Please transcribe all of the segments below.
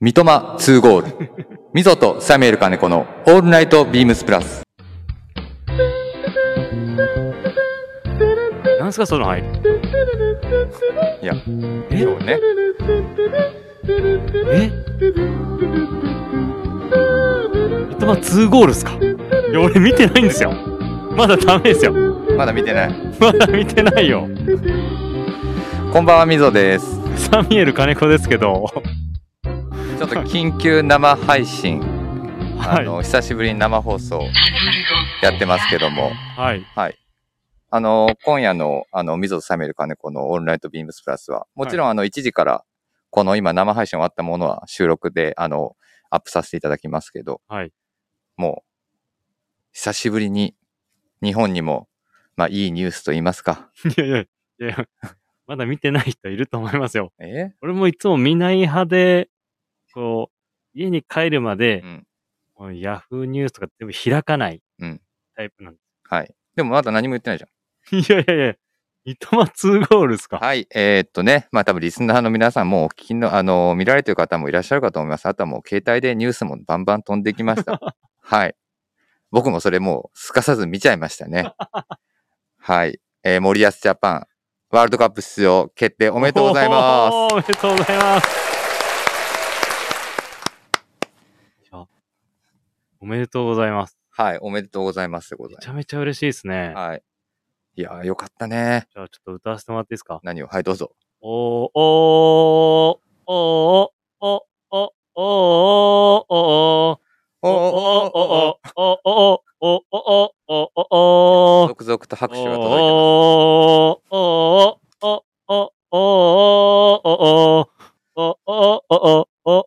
三笘2ゴール。ミゾとサミュエル金子のオールナイトビームスプラス。なんすかその入りいや、え今日ね、え三笘2ゴールっすかいや俺見てないんですよまだダメですよまだ見てない。まだ見てないよこんばんは、ミゾです。サミュエル金子ですけどちょっと緊急生配信、あの、は久しぶりに生放送やってますけども、いはいはい。あの、今夜の、あの、ミゾとサミュエル金子のオールナイトビームスプラスは、もちろん、あの、1時から、この今生配信終わったものは収録で、あの、アップさせていただきますけど、はいもう、久しぶりに、日本にも、まあ、いいニュースと言いますか。いやいやいやいやまだ見てない人いると思いますよえ俺もいつも見ない派でこう家に帰るまでうん。もうヤフーニュースとか全部開かないうんタイプなんではい。でもまだ何も言ってないじゃん。す。いやいやいや、三笘2ゴールっすか。はい。えーっとね、まあ多分リスナーの皆さんもお聞きの、あの、見られてる方もいらっしゃるかと思います。あとはもう携帯でニュースもバンバン飛んできました。 はい。僕もそれもうすかさず見ちゃいましたね。はい。えー森保ジャパン、ワールドカップ出場決定おめでとうございます。おーおめでとうございます。いやおめでとうございます。はい。おめでとうございますでございめまちゃめちゃ嬉しいですねす。。はい。いやー、よかったね。じゃあちょっと歌わせてもらっていいですか。何をはい、どうぞ。おーおーおーおーおーおーおーおーおおーおーおーおーおーおーおーおおーおー続々と拍手が届いてまおーおーおーおーおーおーおーおーおーおーおーおー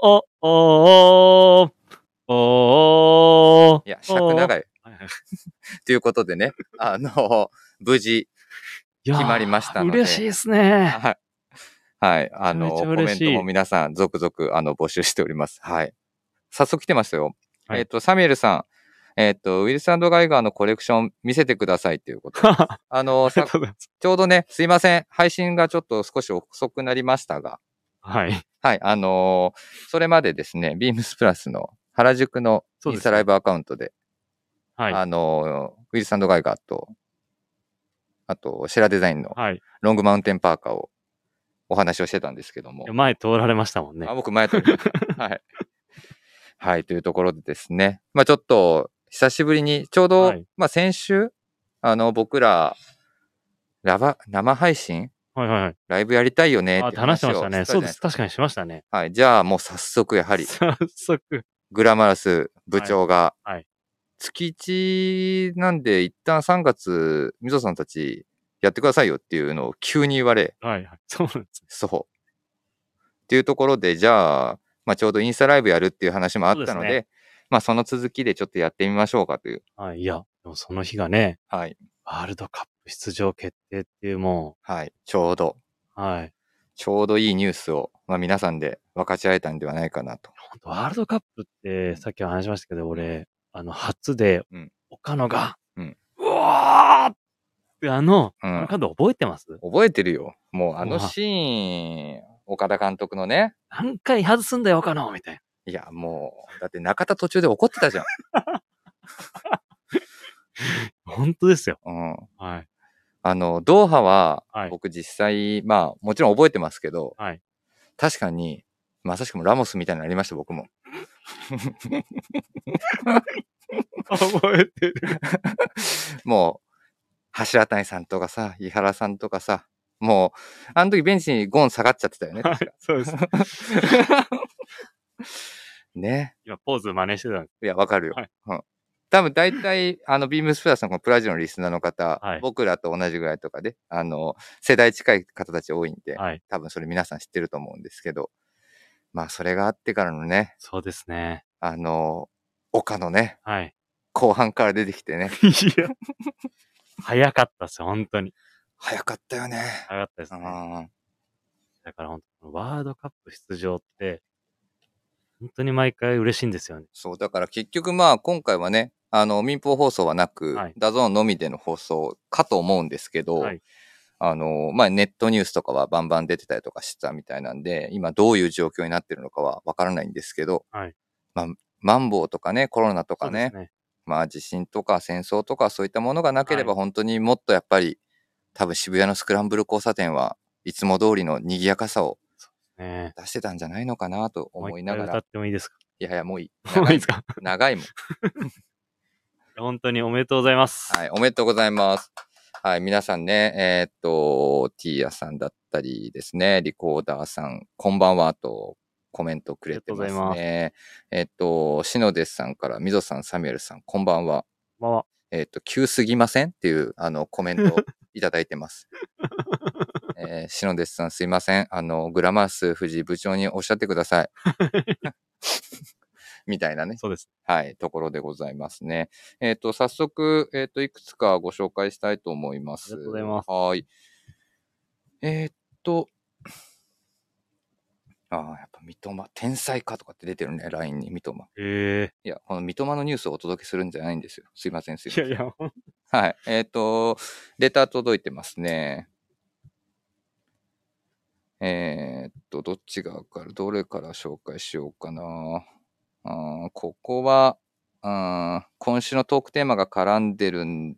おーおーす。いや、尺長い。はいはいということでね、あの、 無事、いやー決まりましたので嬉しいですね。はい。はい。あの、めちゃコめちゃメ嬉ンしいトも皆さん、続々、あの、募集しております。はい。早速来てますよ。はいえっ、と、サミュエルさん、えっ、と、ウィルスガイガーのコレクション見せてくださいということで。 ああの、りさがとうございます。ちょうどね、すいません。配信がちょっと少し遅くなりましたが、はい。はい。あのーそれまでですね、ビームスプラスの原宿のそうインでスすタライブアカウントで、はあのーウィルスガイガーと、あと、シェラデザインのい。はい。ロングマウンテンパーカーをお話をしてたんですけども。前通られましたもんねあ。僕前通り ました。はい。はい、というところでですね。まあちょっと、久しぶりに、ちょうど、はいまあ先週、あの、僕ら、ラバ、生配信はいはいはい。ライブやりたいよねあっってて話話をしてましたね。じゃそうなでいす。確かにしましたね。かはい。じゃあもう早速、やはり、早速。グラマラス部長が、はいはい月一なんで、一旦3月、みぞさんたちやってくださいよっていうのを急に言われ、はいはい。そうなんです。そう。っていうところで、じゃあ、まあ、ちょうどインスタライブやるっていう話もあったそのうで、ですねまあ、その続きでちょっとやってみましょうかという。はい。いや、でもその日がね、はい。ワールドカップ出場決定っていうもはい。ちょうど、う、はい。ちょうどいいニュースを、まあ、皆さんで分かち合えたんではないかなと。本当ワールドカップって、さっき話しましたけど、俺、あの、初でうん、岡野が、うんうわーって、あの、うあのん。角覚えてます覚えてるよ。もう、あのうわシーン、岡田監督のね。何回外すんだよ、岡野みたいいや、もう、だって中田途中で怒ってたじゃん。な。本当ですよ。うん。はい。あの、ドーハははい、僕実際、まあ、もちろん覚えてますけど、はい 確かに、まさしくもラモスみたいになりました、僕も。 覚えてる。もう、柱谷さんとかさ、井原さんとかさ、もう、あの時ベンチにゴン下がっちゃってたよね。はい、そうです。ね。今、ポーズ真似してたんです。いや、わかるよ。はいうん多分大体、あの、ビームスプラスのこのプラジオのリスナーの方、はい僕らと同じぐらいとかで、あの、世代近い方たち多いんで、はい。多分それ皆さん知ってると思うんですけど、まあ、それがあってからのね、そうですね。あの、岡のね、 はい。後半から出てきてね、いや。早かったっすよ、本当に。早かったよね。早かったですうね。ん。だから本当、ワールドカップ出場って、本当に毎回嬉しいんですよね。そう、だから結局まあ今回はね、あの民放放送はなく、はいダゾーンのみでの放送かと思うんですけど、はいあの、まあ、ネットニュースとかはバンバン出てたりとかしてたみたいなんで、今どういう状況になってるのかはわからないんですけど、はいまあ、マンボウとかね、コロナとそうかでねす、ね。まあ、地震とか戦争とかそういったものがなければは本当にもっとやっぱり、多分渋谷のスクランブル交差点はいつも通りの賑やかさをね出してたんじゃないのかなと思いながもう一回歌らっ、てもいい ですかいやいやもういい。もうい長いでいすか長いもん。 本当におめでとうございます。はい、おめでとうございます。はい、皆さんね、えーっと、ティーヤさんだったりですね、リコーダーさん、こんばんはとコメントくれてますありがとうござね。えーっと、シノデスさんから、ミゾさん、サミュエルさん、こんばんは。こんばんは。えーっと、急すぎませんっていう、あの、コメン トをいただいてます。えー、シノデスさん、すいません。あの、グラマース藤井部長におっしゃってくださ い。みたいなね。そうです。はい、ところでございますね。えっ、と、早速、えっ、と、いくつかご紹介したいと思います。ありがとうございますはーい。えっ、と、ああ、やっぱ、三笘、天才かとかって出てるね、LINE に、三笘。えいや、この三笘のニュースをお届けするんじゃないんですよ。すいません、すいませえん。いやいや、ほんはい。えっ、と、レター届いてますね。えっ、と、どっちがから、どれから紹介しようかな。あーここはあー、今週のトークテーマが絡んでるん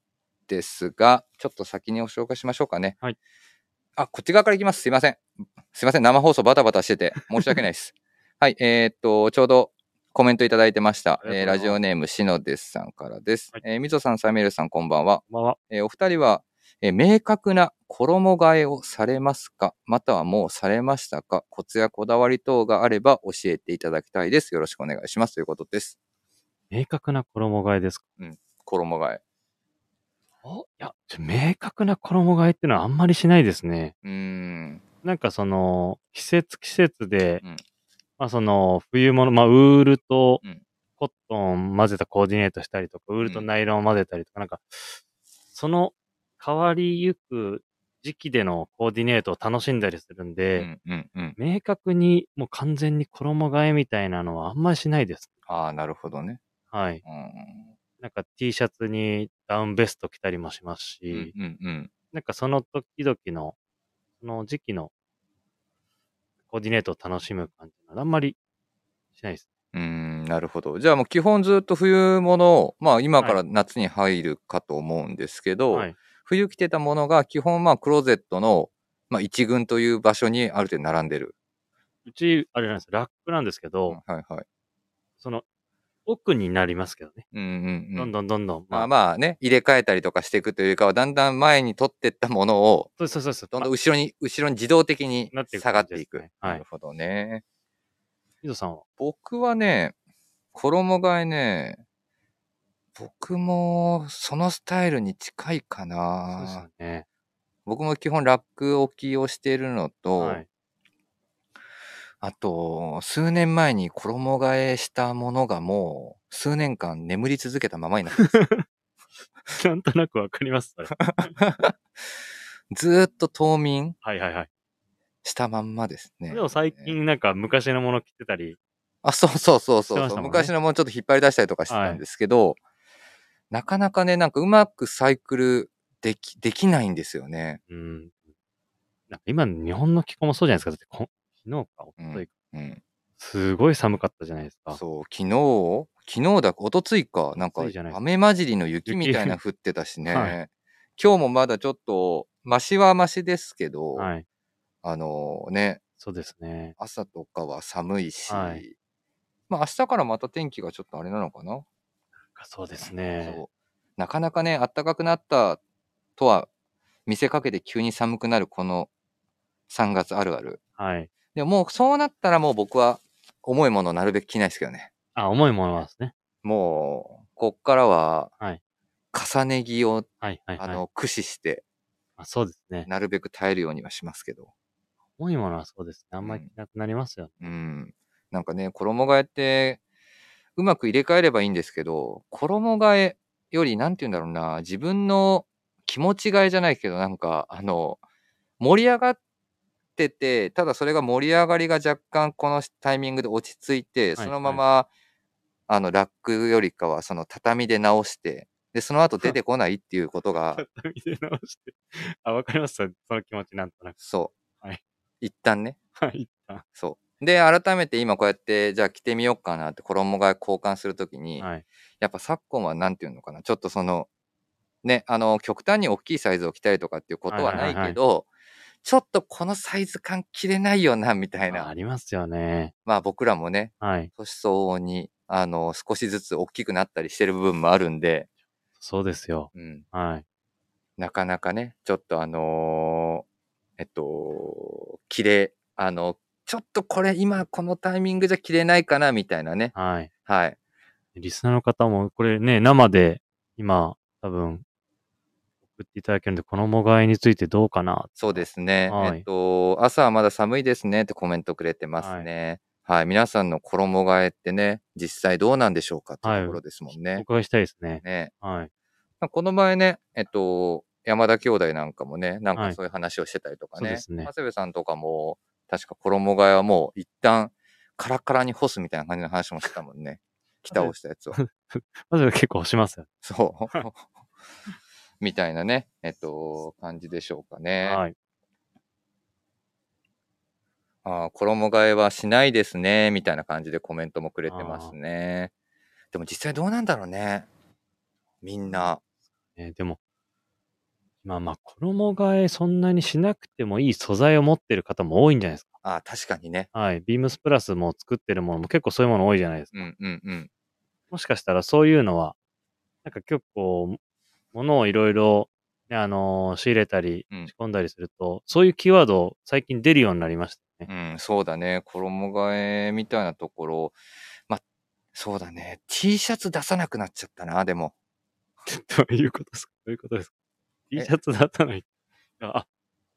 ですが、ちょっと先にお紹介しましょうかね。はい。あ、こっち側からいきます。すいません。すいません。生放送バタバタしてて、申し訳ない です。はい。えっ、と、ちょうどコメントいただいてました。ありがとうござえーいまラすジオネーム、しのですさんからです。はいえーみぞさん、サミュエルさん、こんばんは。ばんは。えーお二人は、えー明確な衣替えをされますかまたはもうされましたかコツやこだわり等があれば教えていただきたいです。よろしくお願いします。ということです。明確な衣替えですか衣替え。おいや、ちょ明確な衣替えってのはあんまりしないですね。うーん。なんかその、季節季節で、うんまあその、冬物、まあウールとうんコットン混ぜたコーディネートしたりとか、ウールとうんナイロン混ぜたりとか、なんか、その変わりゆく時期でのコーディネートを楽しんだりするんうで、んうんうん。明確にもう完全に衣替えみたいなのはあんまりしないです。ああ、なるほどね。はい。うん。なんか T シャツにダウンベスト着たりもしますし、うんうんうん。なんかその時々の、その時期のコーディネートを楽しむ感じなのであんまりしないです。うーんなるほど。じゃあもう基本ずっと冬物を、まあ今から夏に入るかと思うんですけど、はい。冬着てたものが基本まあクローゼットの、まあ、一軍という場所にある程度並んでる。うち、あれなんですラックなんですけど、はいはい。その奥になりますけどね。うんうんうどんん。どんどんどん。まああ、まあね、入れ替えたりとかしていくというよりかは、だんだん前に取ってったものを、そうそうそうそう。どんどんあ後ろに、後ろに自動的になっていく下がってい感くじで。すねはいなるほどね。水戸さんは僕はね、衣替えね、僕もそのスタイルに近いかそうですなよ。ね。僕も基本ラック置きをしているのと、はい。 あと、数年前に衣替えしたものがもう、数年間眠り続けたままになって ます。なんとなくわかります。それずーっと冬眠はいは いはい。したまんまですね。でも最近なんか昔のもの着てたり、あ、そうそうそうそうしてましそたう、もんね昔のものちょっと引っ張り出したりとかしてたんですけど、なかなかね、なんかうまくサイクルでき、できないんですよね。うん。なんか今の日本の気候もそうじゃないですか。だってこ昨日か、おとといか、うん。すごい寒かったじゃないですか。そう、昨日、昨日だ、一昨日か、なんか一昨日じゃない雨混じりの雪雪みたいな降ってたしね。は今日もまだちょっと、マシはマシですけど、はい。あのね、そうですね。朝とかは寒いし、はいまあ明日からまた天気がちょっとあれなのかなそうですね。そうなかなかね、暖かくなったとは見せかけて急に寒くなるこの3月あるある。はい。でももうそうなったらもう僕は重いものをなるべく着ないですけどね。あ、重いものはですね。もう、こっからははい、重ね着を、はい、はい、はあい。の、駆使して、あ、そうですね。なるべく耐えるようにはしますけど。重いものはそうですね。あんまり着なくなりますよね。うん。なんかね、衣替えって、うまく入れ替えればいいんですけど、衣替えより、なんて言うんだろうな、自分の気持ち替えじゃないけど、なんか、あの、盛り上がってて、ただそれが盛り上がりが若干このタイミングで落ち着いて、はいそのまま、あの、ラックよりかは、その畳で直して、で、その後出てこないっていうこと がちょ、っと見せ直して。あ、わかりました。その気持ちなんとなく。そう。はい一旦ね。はい、一旦。そう。で、改めて今こうやって、じゃあ着てみようかなって衣替え交換するときに、はい。やっぱ昨今はなんていうのかな、ちょっとその、ね、あの、極端に大きいサイズを着たりとかっていうことはないはいはいはけいど、ちょっとこのサイズ感着れないよな、みたいああな。りますよね。まあ僕らもね、はい。年相応に、あの、少しずつ大きくなったりしてる部分もあるんで、そうですよ。うん、はい。なかなかね、ちょっとあのーえっと、着れ、あの、ちょっとこれ今このタイミングじゃ着れないかな、みたいなね。はい。はい。リスナーの方も、これね、生で今、多分、送っていただけるんで、衣替えについてどうかな。そうですね。はいえっと、朝はまだ寒いですねってコメントくれてますね。はい、皆さんの衣替えってね、実際どうなんでしょうかっていうところですもんおね。伺いしたいですね。ねはい。まあこの前ね、えっと、山田兄弟なんかもね、なんはかいそういう話をしてたりとかね。そうですね長谷部さんとかも、確か衣替えはもう一旦カラカラに干すみたいな感じの話もしてたもんね。着倒したや つを。まず結構押しますよ、そう。 みたいなね、えっと、感じでしょうかね。はい。ああ、衣替えはしないですね、みたいな感じでコメントもくれてますね。でも実際どうなんだろうね。みんな。えーでも、まあまあ、衣替えそんなにしなくてもいい素材を持ってる方も多いんじゃないですか。ああ、確かにね。はい。ビームスプラスも作ってるものも結構そういうもの多いじゃないですか。うんうんうん。もしかしたらそういうのは、なんか結構、ものをいろいろ、ね、あのー仕入れたりうん、仕込んだりすると、そういうキーワード、最近出るようになりましたね。うん、そうだね。衣替えみたいなところ。ま、そうだね。T シャツ出さなくなっちゃったな、でも。 どういうことですかどういうことですか ?T シャツだったのに。いやあ、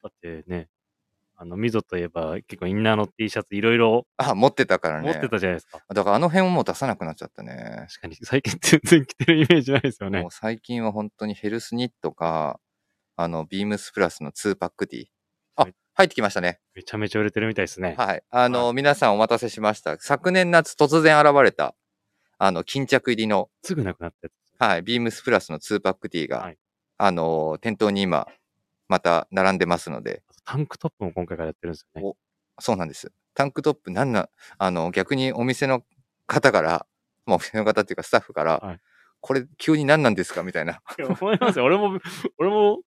だってね、あの、溝といえば結構インナーの T シャツいろいろあ、持ってたから持ね。ってたじゃないですか。だからあの辺をもう出さなくなっちゃったね。確かに、最近全然着てるイメージないですよねもう。最近は本当にヘルスニットか、あの、ビームスプラスの2パックティー。あはい、入ってきましたね。めちゃめちゃ売れてるみたいですね。はい。あの、皆さんお待たせしました。昨年夏突然現れた、あの、巾着入りの、すぐなくなったやはい、ビームスプラスの2パックティーが、はいあの、店頭に今、また並んでますので、つ。タンクトップも今回からやってるんですよね。そうなんです。タンクトップ、なんな、あの、逆にお店の方から、まあ、お店の方っていうかスタッフから、はいこれ急に何なんですかみたいな。いや思いますよ。俺も、俺も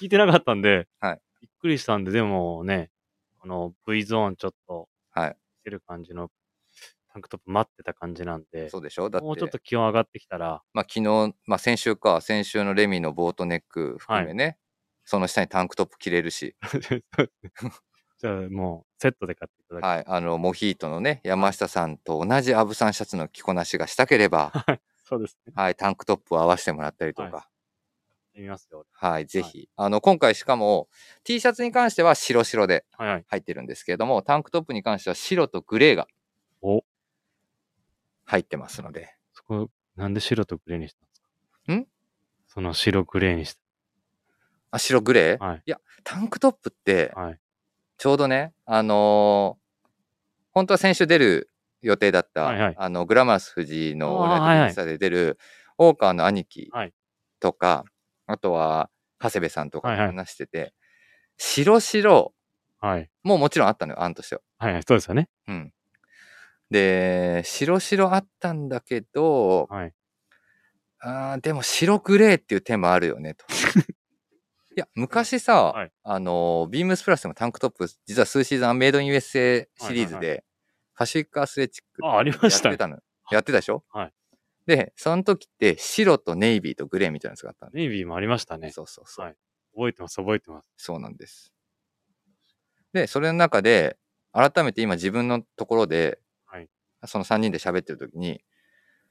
聞いてなかったんで、はいびっくりしたんで、でもね、この V ゾーンちょっと、はい。てる感じの、タンクトップ待ってた感じなん で、そうでしょだって、もうちょっと気温上がってきたら、まあ、昨日、まあ、先週か、先週のレミのボートネック含めね、その下にタンクトップ着れるし、 じゃあもうセットで買っていただき、はい、あの、モヒートのね、山下さんと同じアブさんシャツの着こなしがしたければ、そうですね。 はい、タンクトップを合わせてもらったりとか、やってみますよ。はい、ぜひ。あの、今回しかも、T シャツに関しては白白ではいはい。入ってるんですけれども、タンクトップに関しては白とグレーがお、入ってますので、そこ、なんで白とグレーにしたんですかんその白グレーにしあ、白グレー、た。はい。タンクトップって、はい。ちょうどね、あのー本当は先週出る予定だった、はいはいあの、グラマラス藤井のオールあーナイトビームスターで出る、大川の兄貴はいとか、あとは、長谷部さんとかはいとはい話してて、白白、はい。もうもちろんあったのよ、案としては。はいはい。そうですよね。うん。で、白白あったんだけど、はい。あーでも白グレーっていう手もあるよ ね、と。いや、昔さ、はいあの、ビームスプラスでもタンクトップ、実は数シーズンアンメイドイン USA シリーズはいはいで、パシフィックアスレチックあありましやたねってたの。やってたでしょはい。で、その時って白とネイビーとグレーみたいなやつがあったのネイビーもありましたね。そうそうそう。はい覚えてます、覚えてます。そうなんです。で、それの中で、改めて今自分のところで、はいその3人で喋ってる時に、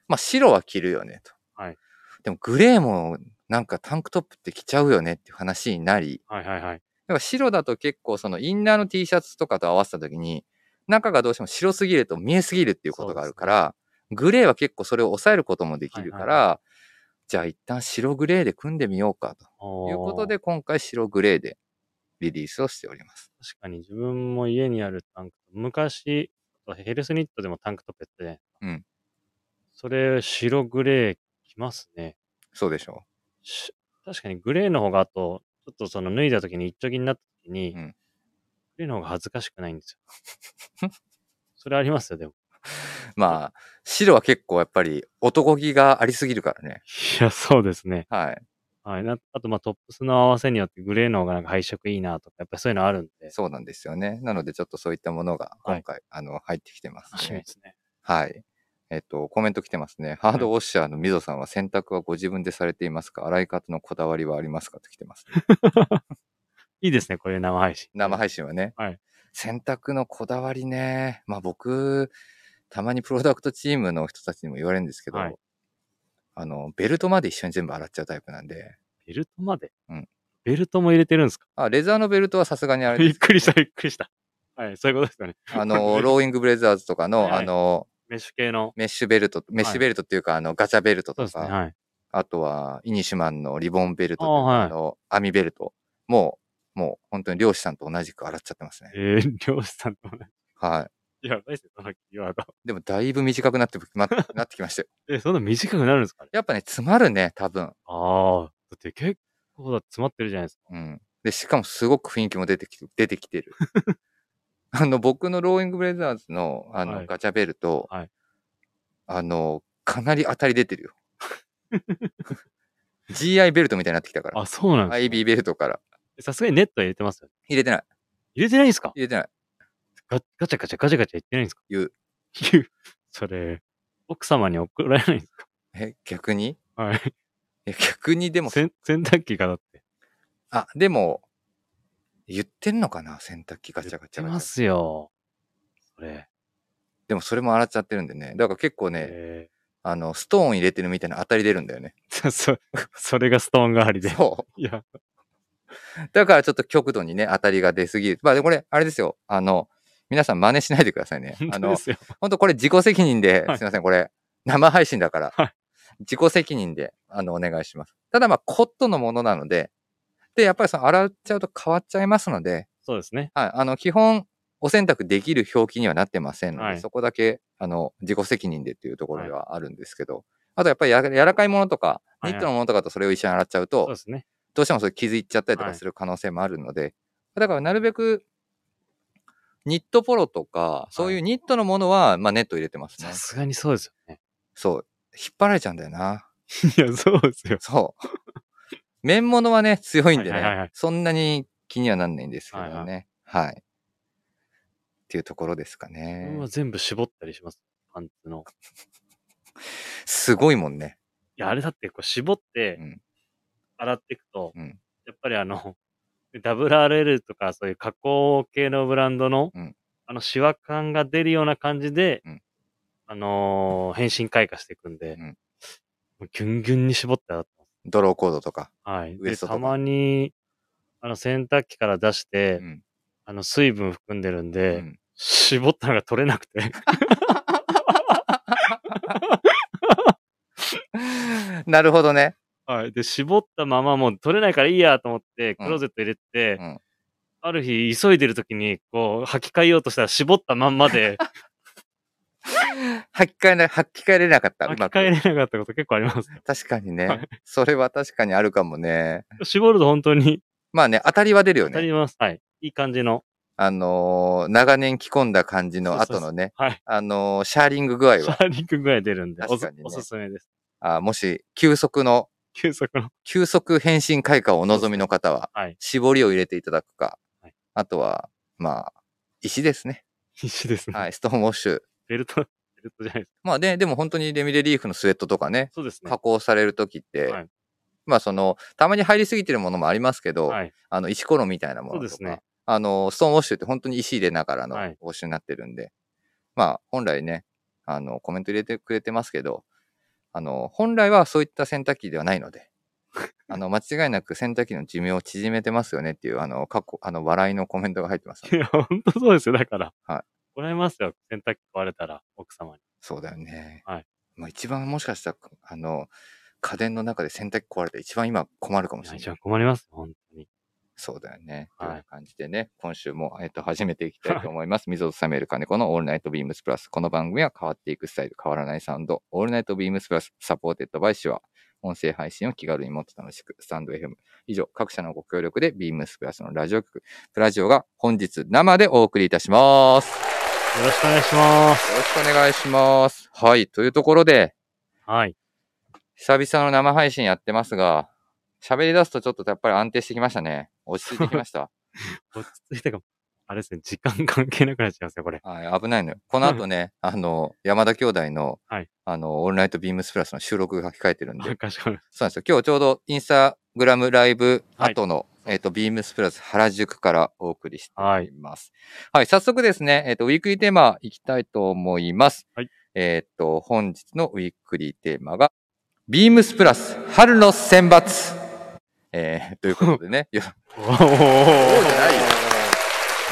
まあ白は着るよねと。はいでもグレーもなんかタンクトップって着ちゃうよねっていう話になり、はいはいはい。やっぱ白だと結構そのインナーの T シャツとかと合わせた時に、中がどうしても白すぎると見えすぎるっていうことがあるから、グレーは結構それを抑えることもできるから、はいはじゃあ一旦白グレーで組んでみようかと。とということで、今回白グレーでリリースをしております。確かに自分も家にあるタンクトップ、昔、ヘルスニットでもタンクトップやってね。うん。それ、白グレーきますね。そうでしょし確かにグレーの方が、あと、ちょっとその脱いだ時に一時になった時に、うんグレーの方が恥ずかしくないんですよ。それありますよ、でも。う。まあ、白は結構やっぱり男気がありすぎるからね。いや、そうですね。はい。はい。なあと、まあ、トップスの合わせによってグレーの方がなんか配色いいなとか、やっぱりそういうのあるんで。そうなんですよね。なのでちょっとそういったものが今回、あの、入ってきてま楽しすみでね。すね。はい。えっと、コメント来てますね。ハードウォッシャーのみぞさんは洗濯はご自分でされていますか洗い方のこだわりはありますかと来てます。いいですね、こういう生配信。生配信はね。はい洗濯のこだわりね。まあ僕、たまにプロダクトチームの人たちにも言われるんですけど、はいあの、ベルトまで一緒に全部洗っちゃうタイプなんで、ベルトまで、うんベルトも入れてるんですかあ、レザーのベルトはさすがにあれびでっす。くりした、びっくりした。はい、そういうことですよね。あの、ローイングブレザーズとかの、はいはいあの、メッシュ系の。メッシュベルト、メッシュベルトっていうか、あの、ガチャベルトそうとですか、ね、はい。あとは、イニシュマンのリボンベルトとあはいあの、網ベルト。もう、もう、本当に漁師さんと同じく洗っちゃってますね。えー、 漁師さんともね。はやばいですね、そのキーワード。い。でも、だいぶ短くなって、ま、なってきましたよ。え、そんな短くなるんですかねやっぱね、詰まるね、多分。ああ、だって結構だって詰まってるじゃないですか。うん。で、しかもすごく雰囲気も出てきて、出てきてる。 あの、僕のローイングブレザーズの、あの、はいガチャベルト、はいあの、かなり当たり出てるよ。GI ベルトみたいになってきたから。あ、そうなんですか、 IB ベルトから。さすがにネットは入れてますよね。入れてない。入れてないんですか入れてない。ガガチャガチャガチャガチャ言ってないんですか言う。言う。それ、奥様に怒られないんですかえ、逆にはい。え、逆にでも、せん洗濯機がだって。あ、でも、言ってんのかな洗濯機ガチャガチャ言ってガまチャ。すよ。それ。でもそれも洗っちゃってるんでね。だから結構ね、えあの、ストーン入れてるみたいな当たり出るんだよね。ー そ、それがストーン代わりで。そう。いや、だからちょっと極度にね、当たりが出すぎる。まあでもこれ、あれですよ。あの、皆さん真似しないでくださいね。 本あ当での、すよ。本当これ自己責任で、はいすいません、これ、生配信だから、はい自己責任で、あの、お願いします。ただまあ、コットンのものなので、で、やっぱりその、洗っちゃうと変わっちゃいますので、そうですね。はい、あの、基本、お選択できる表記にはなってませんので、はいそこだけ、あの、自己責任でっていうところではあるんですけど、あとやっぱりや柔らかいものとか、はいはいニットのものとかとそれを一緒に洗っちゃうと、そうですね。どうしてもそれ傷いっちゃったりとはかいする可能性もあるので、だからなるべく、ニットポロとか、そういうニットのものは、まあネット入れてますねさ。すがにそうですよね。そう。引っ張られちゃうんだよな。いや、そうです よ。そう。 綿物はね、強いんではいはいはいはねい、そんなに気にはなんないんですけどはいはね。はい。っていうところですかね僕。は全部絞ったりします。パンツの。すごいもんね。いや、あれだってこう絞ってうん、洗っていくと、うんやっぱりあの、WRL とかそういう加工系のブランドの、うんあの、シワ感が出るような感じで、うんあのー変身開花していくんで、うんもうギュンギュンに絞って洗ってます。ドローコードとか。はい。ウエで、ストとかたまに、あの、洗濯機から出して、うんあの、水分含んでるんうで、ん 絞ったのが取れなくて。なるほどね。 はい。で、絞ったままもう取れないからいいやと思っうて、んクローゼット入れて、うんある日、急いでる時に、こう、履き替えようとしたら絞ったまんまで、履き替えな、履き替えれなかった。履うきまく替えれなかったこと結構あります。 確かにはねい。それは確かにあるかもね。絞ると本当にまあね、当たりは出るよ当たね。ります。はい。いい感じの。あのー長年着込んだ感じの後のね、はい。あのーシャーリング具合シャは、ーリングぐらい出るんで、お確すかにねおすすめです。あもし、急速の、急速の。急速変身開花をお望みの方は、はい。絞りを入れていただくかはい、あとは、まあ、石ですね。必死ですね。はい、ストーンウォッシュ。ベルト、ベルトじゃないです。まあね、でも本当にレミレリーフのスウェットとかね、そうですね加。工されるときって、はいまあその、たまに入りすぎてるものもありますけど、はい。あの、石ころみたいなものとか。そうですねあの、ストーンウォッシュって本当に石入れながらのウはォいッシュになってるんで、まあ、本来ね、あの、コメント入れてくれてますけど、あの、本来はそういった洗濯機ではないの で、あの、間違いなく洗濯機の寿命を縮めてますよねっていう、あの、過去、あの、笑いのコメントが入って ます。いや、本当そうですよ。だから。。はいもらいますよ。洗濯機壊れたら、奥様に。そうだよね。はいまあ、一番もしかしたら、あの、家電の中で洗濯機壊れて一番今困るかもいしや、れない一。番困りますよ。本当に。そうだよね。はいという感じでね、今週も、えっと始めていきたいと思い ます。水を収める金子のオールナイトビームスプラス。この番組は変わっていくスタイル、変わらないサウンド、オールナイトビームスプラス、サポーテッドバイシュア。音声配信を気軽にもっと楽しく、スタンド FM。以上、各社のご協力で、ビームスプラスのラジオ局、プラジオが本日生でお送りいたします。よよろしくお願いします。ろしくお願いします。はい、というところで、はい。久々の生配信やってますが、喋り出すとちょっとやっぱり安定してきましたね。落ち着いてきました。落ち着いたかも。あれですね、時間関係なくなっちゃいますよ、これ。はい、危ないのよ。この後ね、あの、山田兄弟の、はいあの、オールナイトビームスプラスの収録が控えてるんで、かしこまりましそうなんですよ。今日ちょうどインスタグラムライブはい後の、えっ、と、ビームスプラス原宿からお送りしてはいいます。はい、早速ですね、えっ、と、ウィークリーテーマいきたいと思います。はいえっ、と、本日のウィークリーテーマが、ビームスプラス春の選抜えー、ということで ね、いやた。おーおーないよ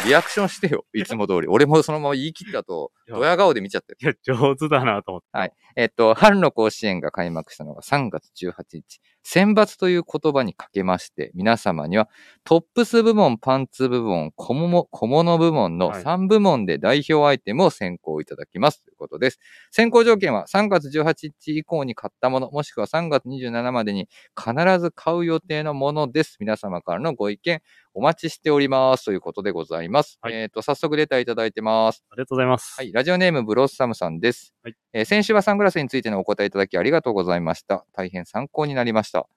リアクションしてよ、いつも通り。俺もそのまま言い切ったと、いやドヤ顔で見ちゃったよいや、上手だなと思って。えっと、春の甲子園が開幕したのが3月18日。選抜という言葉にかけまして、皆様にはトップス部門、パンツ部門、小物小物部門のはい3部門で代表アイテムを選考いただきますということです。選考条件は3月18日以降に買ったもの、もしくは3月27までに必ず買う予定のものです。皆様からのご意見お待ちしておりますということでございます。はいえっと、早速レターいただいてます。ありがとうございます。はい、ラジオネームブロッサムさんです、はいえー先週はサングラスについてのお答えいただきありがとうございました。大変参考になりました。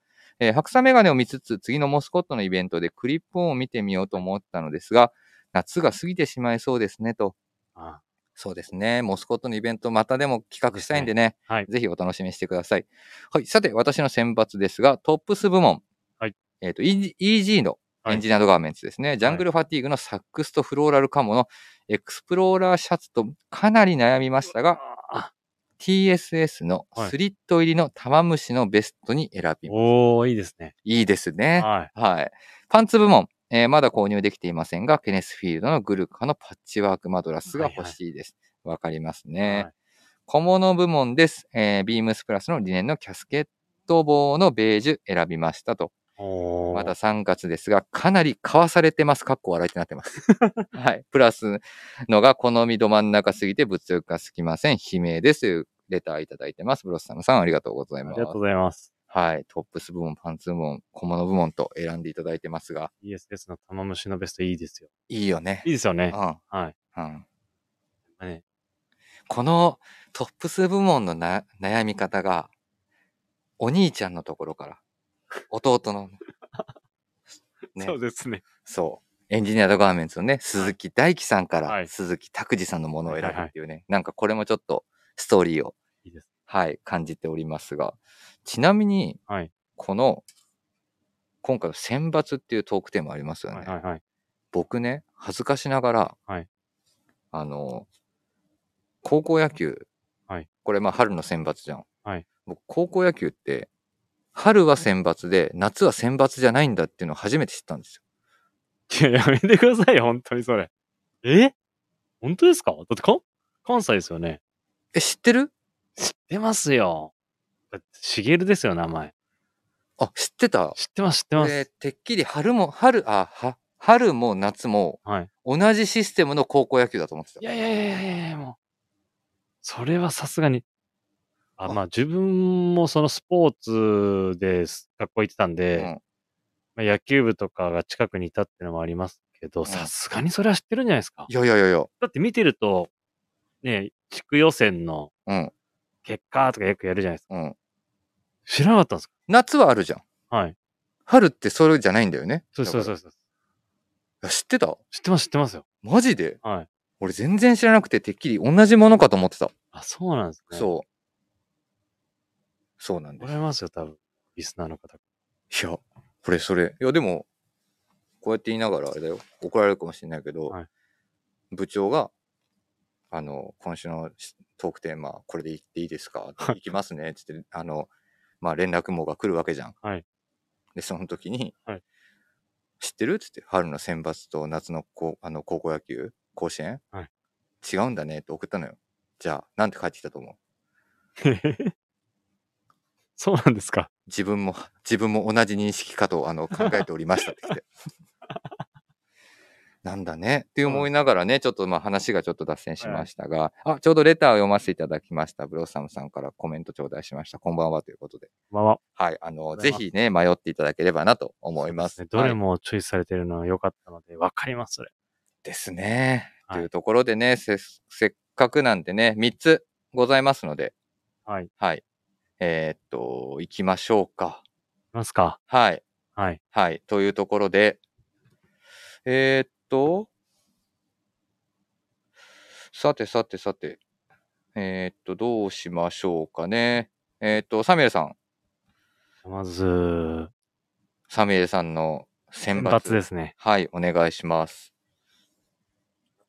えー白砂メガネを見つつ、次のモスコットのイベントでクリップオンを見てみようと思ったのですが、夏が過ぎてしまいそうですねと。あそうですね。モスコットのイベント、またでも企画したいんでね。はいぜひお楽しみにしてください。はい。さて、私の選抜ですが、トップス部門。はいえっ、と、イージーのはいエンジニアードガーメンツですね。ジャングルファティーグのサックスとフローラルカモのエクスプローラーシャツとかなり悩みましたが、あ TSS のはいスリット入りの玉虫のベストに選びまおー、いいですね。いいですね。はい。はい。パンツ部門、えーまだ購入できていませんが、ケネスフィールドのグルカのパッチワークマドラスが欲しいです。わ、かりますね。はい小物部門です、えービームスプラスのリネンのキャスケット帽のベージュ選びましたと。おー。まだ3月ですが、かなり買わされてます。かっこ笑いってなって ます。はい。プラスのが好みど真ん中すぎて物欲がつきません。悲鳴です。というレターいただいてます。ブロッサムさん、ありがとうござあいりまがす。とうございます。はい。トップス部門、パンツ部門、小物部門と選んでいただいてますが、 ESS の玉虫のベストいいですよ。いいよね。いいですよね。うん。はい。うん。ねこのトップス部門のな悩み方が、お兄ちゃんのところから、弟 の、ね、そうですね。そう。エンジニアードガーメンツのね、鈴木大樹さんかはらい鈴木拓司さんのものを選はいはいぶはいっていうね、なんかこれもちょっとストーリーを、いいです。はい、感じておりますが、ちなみに、はいこの、今回の選抜っていうトークテーマありますよね。はいはいはい。僕ね、恥ずかしながら、はいあの、高校野球、はいこれまあ春の選抜じゃん。はい僕、高校野球って、春は選抜で、夏は選抜じゃないんだっていうのを初めて知ったんですよ。いや、やめてくださいよ、本当にそれ。え本当ですかだってか関西ですよね。え、知ってる知ってますよ。だってしげるですよ、名前。あ、知ってた。知ってます、知ってます。で、てっきり春も、春、あ、は、春も夏も、はい同じシステムの高校野球だと思ってたい。やいやいやいやいや、もう。それはさすがに。あ、あまあ自分もそのスポーツです学校行ってたんで、うんまあ、野球部とかが近くにいたってのもありますけど、んさすがにそれは知ってるんじゃないですかい。やいやいやいや、だって見てると、ね、地区予選のうん、結果とかよくやるじゃないですか。うん。知らなかったんですか夏はあるじゃん。はい。春ってそれじゃないんだよね。そうですそうですだかそうです。らいや知ってた知ってます、知ってますよ。マジではい。俺全然知らなくて、てっきり同じものかと思ってた。あ、そうなんですね。う。そう。そうなんでもらえますよ、多分。リスナーの方。 す。いや、これそれ。いや、でも、こうやって言いながらあれだよ。怒られるかもしれないけど、はい部長が、あの、今週のしトークテーマ、これでいっていいですかって行きますね。つって、あの、まあ、連絡網が来るわけじゃん。はいで、その時に、はい知ってるつって、春の選抜と夏のこあの高校野球、甲子園、はい違うんだねって送ったのよ。じゃあ、なんて返ってきたと思うそうなんですか。自分も、 自分も同じ認識かと、あの、考えておりましたって来て。なんだねって思いながらね、ちょっとまあ話がちょっと脱線しましたが、あ、ちょうどレターを読ませていただきました。ブロッサムさんからコメント頂戴しました。こんばんはということで。まあまあはい。あの、ございぜますひね、迷っていただければなと思います。そうですねどれはいもチョイスされてるのは良かったので、わかります、それ。ですね。はいというところでね、せ、せっかくなんでね、3つございますので、はい。いはい。えーっと、行きましょうか。ますか。はい。はい。はい。というところで、えーっと、さてさてさて、えーっと、どうしましょうかね。えーっと、サミュエルさん。まず、サミュエルさんの選選抜。抜ですね。はい、お願いします。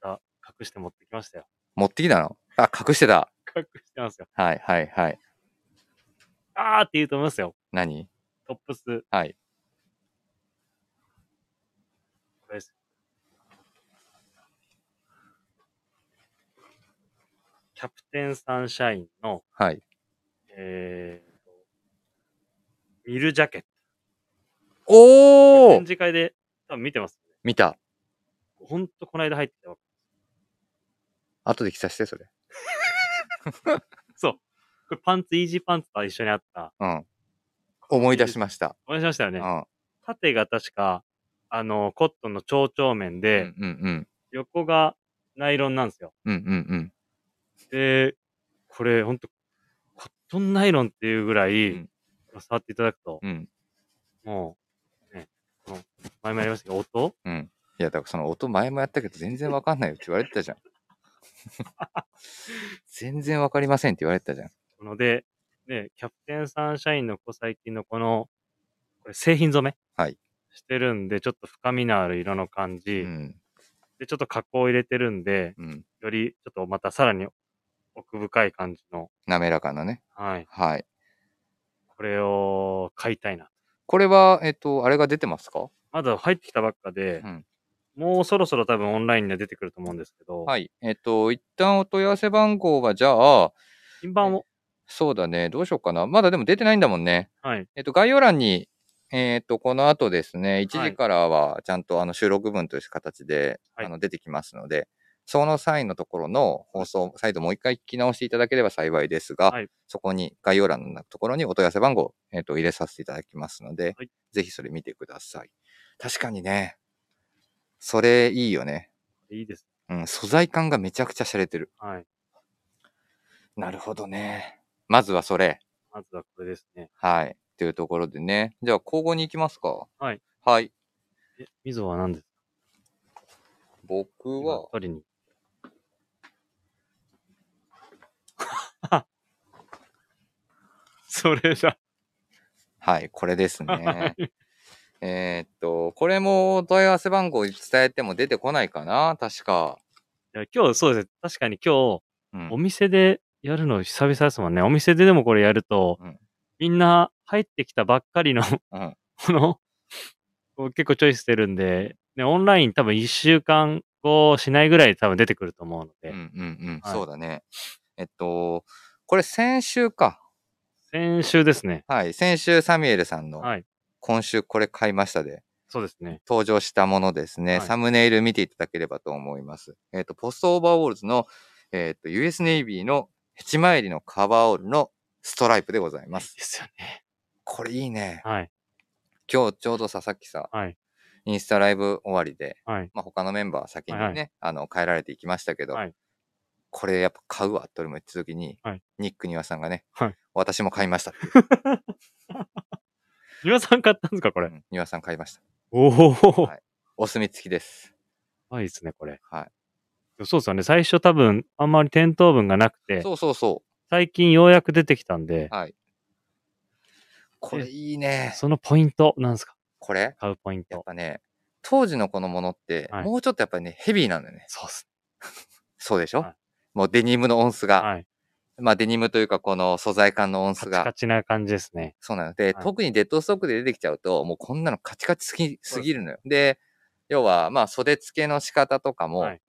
また、隠して持ってきましたよ。持ってきたのあ、隠してた。隠してますよ。はい、はい、はい。あーって言うと思いますよ。何トップス。こはい。れです。キャプテンサンシャインの、はい。えーと、ミルジャケット。お展ー示会で多分見てますよね。見た。ほんとこの間入ってたわ後で着させて、それ。そう。これパンツ、イージーパンツと一緒にあった。うん。思い出しました。思い出しましたようね。ん。縦が確か、あの、コットンの蝶々面うん、うで、ん、うん。横がナイロンなんですよ。うん、うん、うん。で、これほんと、コットンナイロンっていうぐらい、うん触っていただくと、うん。もう、ね、この、前もやりましたけど、音うん。いや、だからその音前もやったけど全然わかんないよって言われてた じゃん。全然わかりませんって言われてたじゃん。なので、ね、キャプテンサンシャインのこう最近のこの、これ製品染めはいしてるんで、ちょっと深みのある色の感じ、うん。で、ちょっと加工を入れてるんで、うん。より、ちょっとまたさらに奥深い感じの、滑らかなね。はい。はい。これを買いたいな。これは、えっと、あれが出てますかまだ入ってきたばっかで、うんもうそろそろ多分オンラインで出てくると思うんですけど、はい。えっと、一旦お問い合わせ番号は、じゃあ、品番を、そうだね。どうしようかな。まだでも出てないんだもんね。はい、えっと、概要欄に、えっと、この後ですね、1はい時からは、ちゃんとあの収録分という形で、はいあの出てきますので、その際のところの放送、再度もう一回聞き直していただければ幸いですが、はいそこに概要欄のところにお問い合わせ番号、えっと入れさせていただきますので、はいぜひそれ見てください。確かにね、それいいよね。いいです。うん、素材感がめちゃくちゃ洒落てる。はい。なるほどね。まずはそれ。まずはこれですね。はい。というところでね。じゃあ、交互に行きますか。はい。はい。え、みぞは何ですか僕今は、取 りに。それじゃ、はい、これですはね。えーっと、これもお問い合わせ番号伝えても出てこないかな確か。いや今日そうですね。確かに今日、うんお店でやるの久々ですもんね。お店ででもこれやると、うんみんな入ってきたばっかりの、 うんこの、こう結構チョイスしてるんで、ね、オンライン多分1週間後しないぐらい多分出てくると思うのうで、んうんうん、はいそうだね。えっと、これ先週か。先週ですね。はい、先週サミュエルさんの、はい。今週これ買いましたで、そうですね。登場したものですね。はいサムネイル見ていただければと思います。えっと、ポストオーバーオールズの、えっと、US ネイビーのヘチマエリのカバーオールのストライプでございます。ですよね。これいいね。 はい。今日ちょうどさ、さっきさ、はい。インスタライブ終わりで、はい。まあ、他のメンバー先にね、はいはあの帰られていきましたけど、はいこれやっぱ買うわって俺も言った時に、はいニック・ニワさんがね、はい私も買いましたっていう庭さん買ったんですかこれ。うんニワさん買いました。おお、はいお墨付きです。はい、いですね、これ。はそうですよね。最初多分、あんまり店頭文がなくい。て、そうそうそ最近ようやく出てきたんでう。、はい。これいいね。そのポイント、なんですかこれ、買うポインやっト。ぱね、当時のこのものって、はいもうちょっとやっぱりね、ヘビーなんだよね。そうっすそうでしょ、はいもうデニムの音数ね。が、はい。まあデニムというかこの素材感の音カ数チがカチな感じですね。そうなので、はい特にデッドストックで出てきちゃうと、もうこんなのカチカチすぎそうですすぎるのよ。で、要は、まあ、袖付けの仕方とかも、はい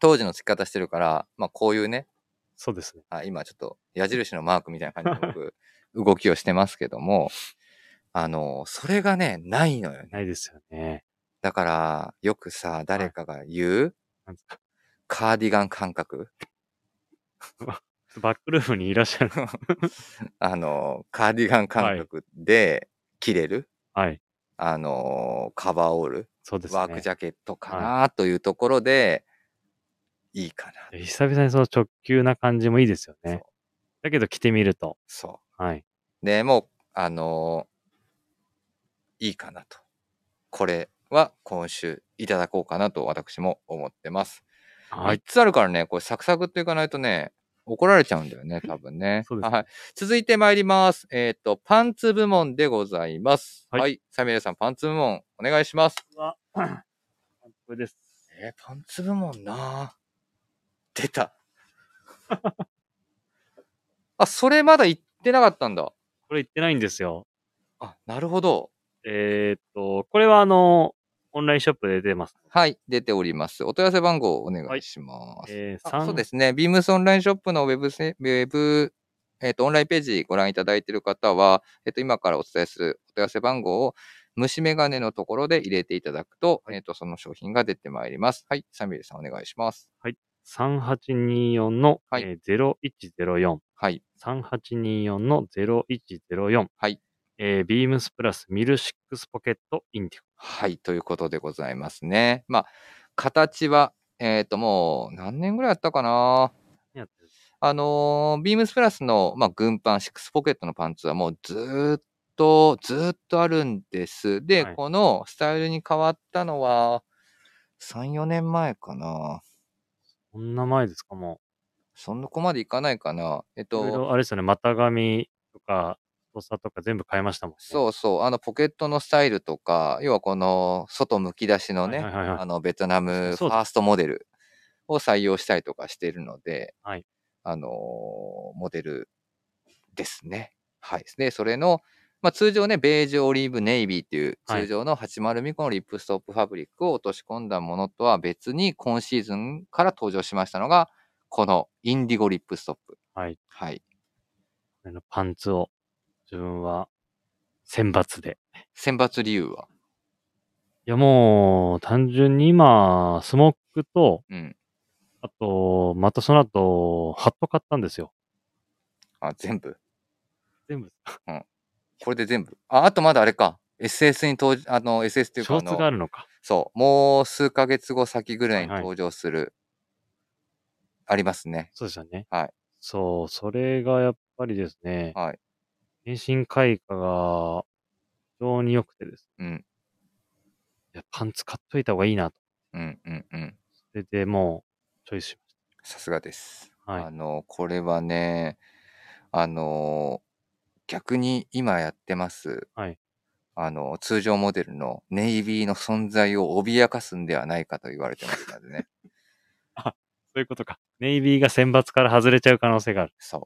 当時の付き方してるから、まあ、こういうね、そうですね。あ今ちょっと矢印のマークみたいな感じで 僕、動きをしてますけども、あの、それがね、ないのよね。ないですよね。だから、よくさ、誰かが言う、なんですかカーディガン感覚。 バックルームにいら っしゃる。あの、カーディガン感覚で着れる、はい。あの、カバーオール、そうですね。ワークジャケットかなというところで、いいかな。久々にその直球な感じもいいですよそうね。だけど着てみると。そはい。う。でもう、あの、いいかなと。これは今週いただこうかなと私も思ってます。はい。 3つあるからね、これサクサクっていかないとね、怒られちゃうんだよね、多分ね。そうですねはい。続いて参ります。えっ、と、パンツ部門でございます。は、はいいサミュエルさん、パンツ部門お願いします。これです。えーパンツ部門なぁ出た。あ、それまだ言ってなかったんだ。これ言ってないんですよ。あ、なるほど。えーっと、これはあの、オンラインショップで出てます。はい、出ております。お問い合わせ番号をお願いします。えー、。あそうですすね。ビームスオンラインショップのウェブせ、ウェブ、えっ、と、オンラインページご覧いただいている方は、えっ、と、今からお伝えするお問い合わせ番号を虫眼鏡のところで入れていただくと、えっ、と、その商品が出てまいります。はい、サミュエルさんお願いします。 3824の、はいえー、0104。はい、 3824の0104。はい。えー、ビームスプラスミルシックスポケットインディはい、ということでございますね。まあ、形は、えっ、と、もう何年ぐらいやったかなコやってる。あのービームスプラスの、まあ、軍パン、シックスポケットのパンツはもうずーっと、ずーっとあるんです。で、はいこのスタイルに変わったのは、3、4年前かな。こんな前ですか、もそんなこまでいかないかな。えっう。いろいと、ろあれですよね、股上とか、太さとか全部変えましたもんね。うそうそう、あのポケットのスタイルとか、要はこの外むき出しのね、はいはいはいはいあのベトナムフそうァだーストモデルを採用したりとかしているので、はいあのーモデルですね。はい。で、それの、まあ、通常ね、ベージュオリーブネイビーっていうはい通常の80ミコのリップストップファブリックを落とし込んだものとは別に、今シーズンから登場しましたのが、このインディゴリップストップ。はい。はい。あのパンツを、自分は、選抜で。選抜理由は、いや、もう、単純に今、スモックと、うん。あと、またその後、ハット買ったんですよ。あ、全部。全部。これで全部。あ、あとまだあれか。SS に登場、あの、SS っていうシか、ョあーツがの、あるのか。そう、もう数ヶ月後先ぐらいにはいはい登場する、ありますね。そうですよね。はい。そう、それがやっぱりですね、はい。変身開花が、非常に良くてです。うん、いや、パンツ買っといた方がいいなと。うん、うん、うん。それでもう、チョイスしましさすがです。た。はいあ。の、これはね、あの、逆に今やってます、はいあの、通常モデルのネイビーの存在を脅かすんではないかと言われてますので ね。そういうことか。ネイビーが選抜から外れちゃう可能性がある。そう。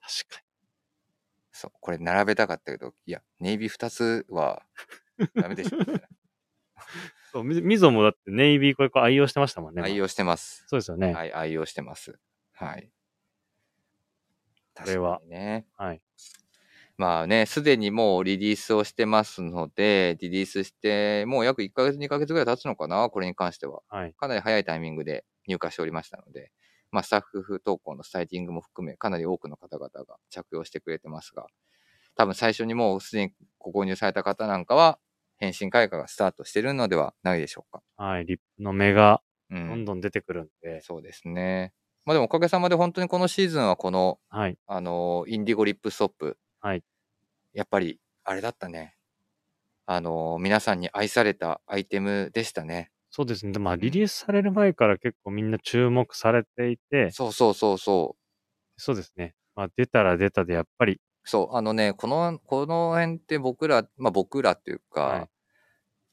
確かそう、これ並べたかったけど、いや、ネイビー2つはダメでしょみたいな。に。そう、みみぞもだってネイビーこれこう愛用してましたもんね。愛用してます。そうですよね。はい、愛用してます。はい。これは確かにね。はい。まあね、すでにもうリリースをしてますので、リリースして、もう約1ヶ月、2ヶ月ぐらい経つのかな、これに関しては。はい。かなり早いタイミングで入荷しておりましたので、まあ、スタッフ投稿のスタイリングも含め、かなり多くの方々が着用してくれてますが、多分最初にもうすでにご購入された方なんかは、返信開花がスタートしてるのではないでしょうか。はい。リップの目がうどんん、どん出てくるんで。そうですね。まあでもおかげさまで本当にこのシーズンはこのはい。あのーインディゴリップストップ。はいやっぱり、あれだったね。あのー皆さんに愛されたアイテムでしたね。そうですね。でまあ、リリースされる前から結構みんな注目されていて、そうそうそうそそうですね。まあ、出たら出たで、やっぱり、う。そう、あのね、この、この辺って僕ら、まあ僕らっていうか、はい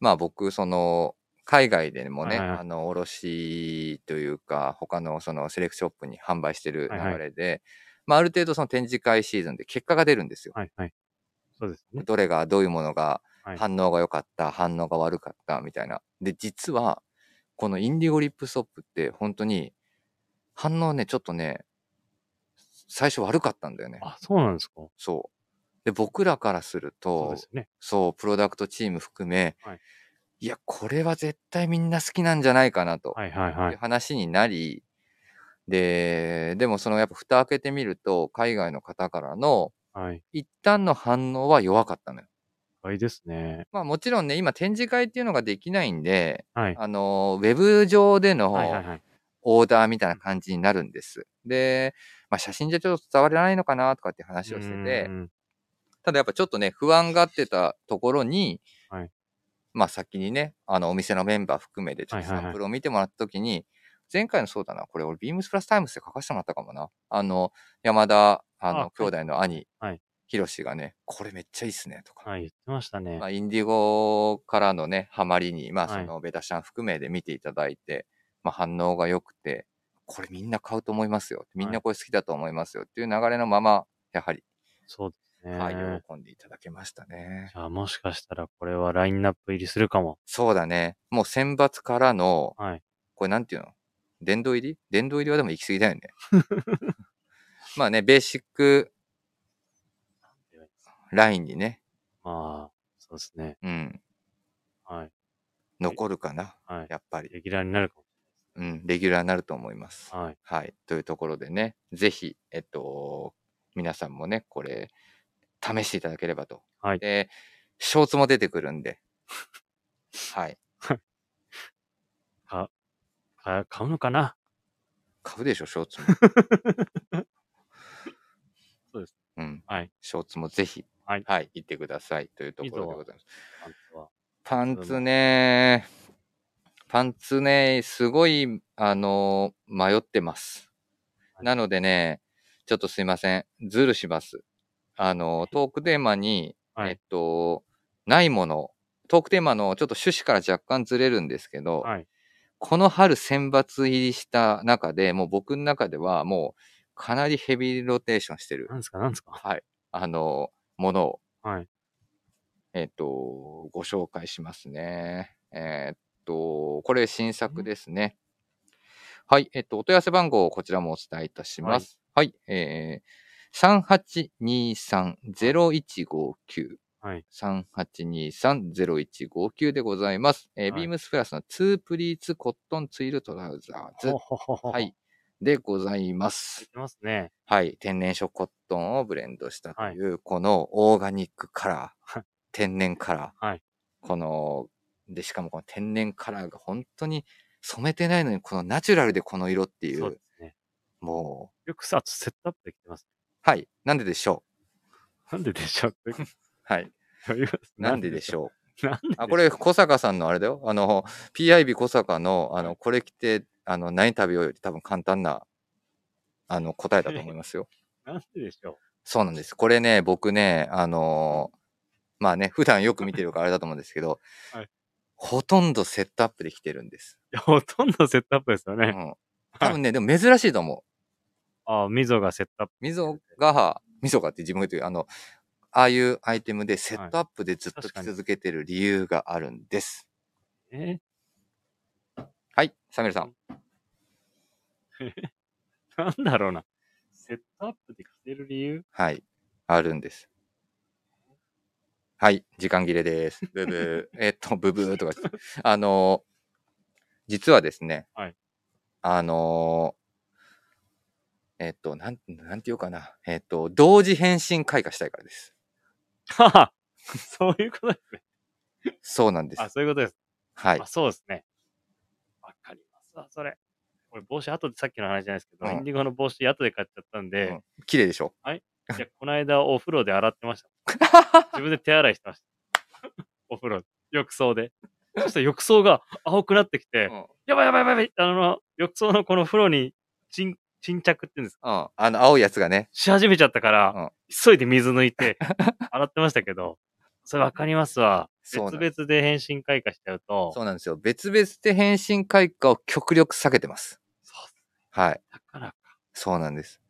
まあ僕、その、海外でもね、はいはいはいあの、卸というか、他のそのセレクトショップに販売してるはいはい流れで、まあある程度その展示会シーズンで結果が出るんですよ。はい、はい。そうですね。どれがどういうものがはい反応が良かった、反応が悪かったみたいな。で、実は、このインディゴリップストップって本当に反応ね、ちょっとね、最初悪かったんだよね。あ、そうなんですか。そう。で、僕らからするそうとで、すよね。そう、プロダクトチーム含め、はいいや、これは絶対みんな好きなんじゃないかなとはいはいいはうい。話になり、で、でもそのやっぱ蓋開けてみると、海外の方からのはい。意一旦の反応は弱かったのよ。外ですね。まあもちろんね、今展示会っていうのができないんで、はい。あの、ウェブ上での、はいはいはい。オーダーみたいな感じになるんです。で、まあ、写真じゃちょっと伝わらないのかなとかって話をしててう、んただやっぱちょっとね、不安がってたところに、はいまあ先にね、あのお店のメンバー含めてちょっとはいはいはいサンプルを見てもらった時に、前回のそうだな、これ俺ビームスプラスタイムスで書かせてもらったかもな。あの、山田、あの、あはい兄弟の兄はい、ヒロシがね、これめっちゃいいっすね、とか。はい、言ってましたねま。あ、インディゴからのね、ハマりに、まあ、はそいのベタシャン含めで見ていただいて、まあ、反応が良くて、これみんな買うと思いますよ。みんなこれ好きだと思いますよ。っていう流れのまま、やはり、そうですね。はい、喜んでいただけましたね。じゃあもしかしたらこれはラインナップ入りするかも。そうだね。もう選抜からの、はい。これなんていうの殿堂入り殿堂入りはでも行き過ぎだよ ね。まあね、ベーシックラインにね、まあ、そうですね。うん、はい。残るかな。はい。やっぱり。レギュラーになるかも。うん、レギュラーになると思います。はい。はい。というところでね、ぜひ、えっと、皆さんもね、これ、試していただければと。はいで、ショーツも出てくるん で。はい。か買うのかな買うでしょ、ショーツも。そうです。うん。はい。ショーツもぜひ、はい行ってください。というところでございます。あとはパンツね、パンツね、すごい、あの、迷ってます。はいなのでね、ちょっとすいません。ズルします。あの、トークテーマに、はいえっと、ないもの、トークテーマのちょっと趣旨から若干ずれるんですけど、はい。この春選抜入りした中で、もう僕の中ではもうかなりヘビーローテーションしてる、なんですかなんですかはい、あの、ものをはい。えっ、と、ご紹介しますね。えっ、と、これ新作ですね。はい、えっ、と、お問い合わせ番号をこちらもお伝えいたします。はい、えー、3823-0159。はい。 3823-0159でございます。えーはいビームスプラスのツープリーツコットンツイルトラウザーズほ。ほほほは。い。でございます言っ。てますね。はい、天然色コットンをブレンドしたとはいいう、このオーガニックカラはー、天然カラー、はいこの、で、しかもこの天然カラーが本当に染めてないのに、このナチュラルでこの色っていそううで、すね。もう、よくさ、あとセットアップできてます。 はい、なんででしょなんででしょ ううはい、なんででしょょう なんでうでしょうあ、これ、小坂さんのあれだよ、あの、PIB 小坂の、あはの、これ着て、あの、何食べようより多分簡単な、あの、答えだと思いますよ。なんででしょそうなんです。これね、僕ね、あのーまあね、普段よく見てるからあれだと思うんですけど、 はいほとんどセットアップできてるんです。ういやほとんどセットアップですよう ね。ん、多分ね、でも珍しいと思う。ああ、溝がセットアップ。みぞが、みぞがって自分が言うと、あの、ああいうアイテムでセットアップでずっと確か着に続けてる理由があるんです。え はい、サミルさん。ー、なんだろうな。セットアップできてる理由 はい、あるんです。はい、時間切れ です。ブブー。 えっと、ブブーとか言って。あのー実はですね、はいあのーえっと、なん、なんていうかな。えっと、同時返信開花したいからです。ははそういうことですね。そうなんですあ、。そういうことです。はいあ、。そうですね。わかりますわ、それ。これ帽子後でさっきの話じゃないですけど、うんインディゴの帽子後で買っちゃったんで、うん綺麗で しょいやこの間お風呂で洗ってました。自分で手洗いしてました。 お風呂、浴槽で。そしたら浴槽が青くなってきて、うん。やばいやばいやばいあの、浴槽のこの風呂に沈沈着っていうんですかあの、青いやつがね。し始めちゃったかうら、ん。急いで水抜 いて、洗ってましたけど、それわかりますわ。別そうなん々で変身開花しちゃうと、そうなんですよ。別々で返信開花を極力避けてます。そうはい。だから、そうなんです。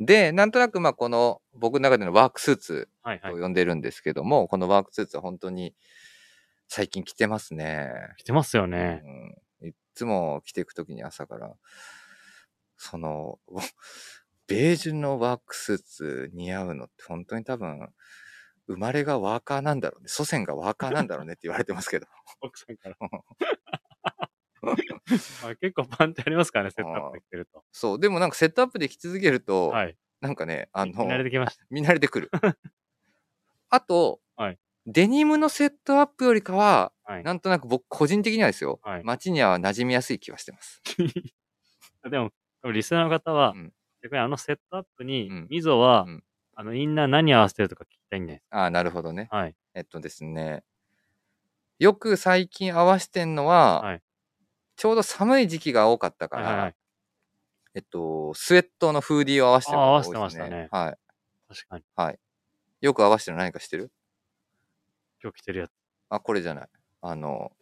で、なんとなく、まあ、この、僕の中でのワークスーツはいはいと。呼んでるんですけども、このワークスーツは本当に最近着てますね。来てますよね。うん、いっつも着ていくときに朝から、その、 ベージュのワークスーツ似合うのって本当に多分、生まれがワーカーなんだろうね。祖先がワーカーなんだろうねって言われてますけど。奥さんから。ま あ結構パンチありますからね、セットアップできてると。そう。でもなんかセットアップでき続けると、はい。なんかね、あの慣、れてきました。見慣れて くる。あと、はいデニムのセットアップよりかは、はいなんとなく僕個人的にはですよ、はい街には馴染みやすい気はしてます。でも、多分リスナーの方はうん、逆にあのセットアップにうん、みぞはうん、あの、インナー何合わせてるとか聞きたいんで。ああ、なるほどね。はい。えっとですね、よく最近合わせてんのは、はいちょうど寒い時期が多かったかはいら、はいはい。えっと、スウェットのフーディーを合わせてるのが多いですね。あ合わせてましたねはい。確かに。よく合わせてるの何かしてる今日着てるやつ。あ、これじゃない。あの、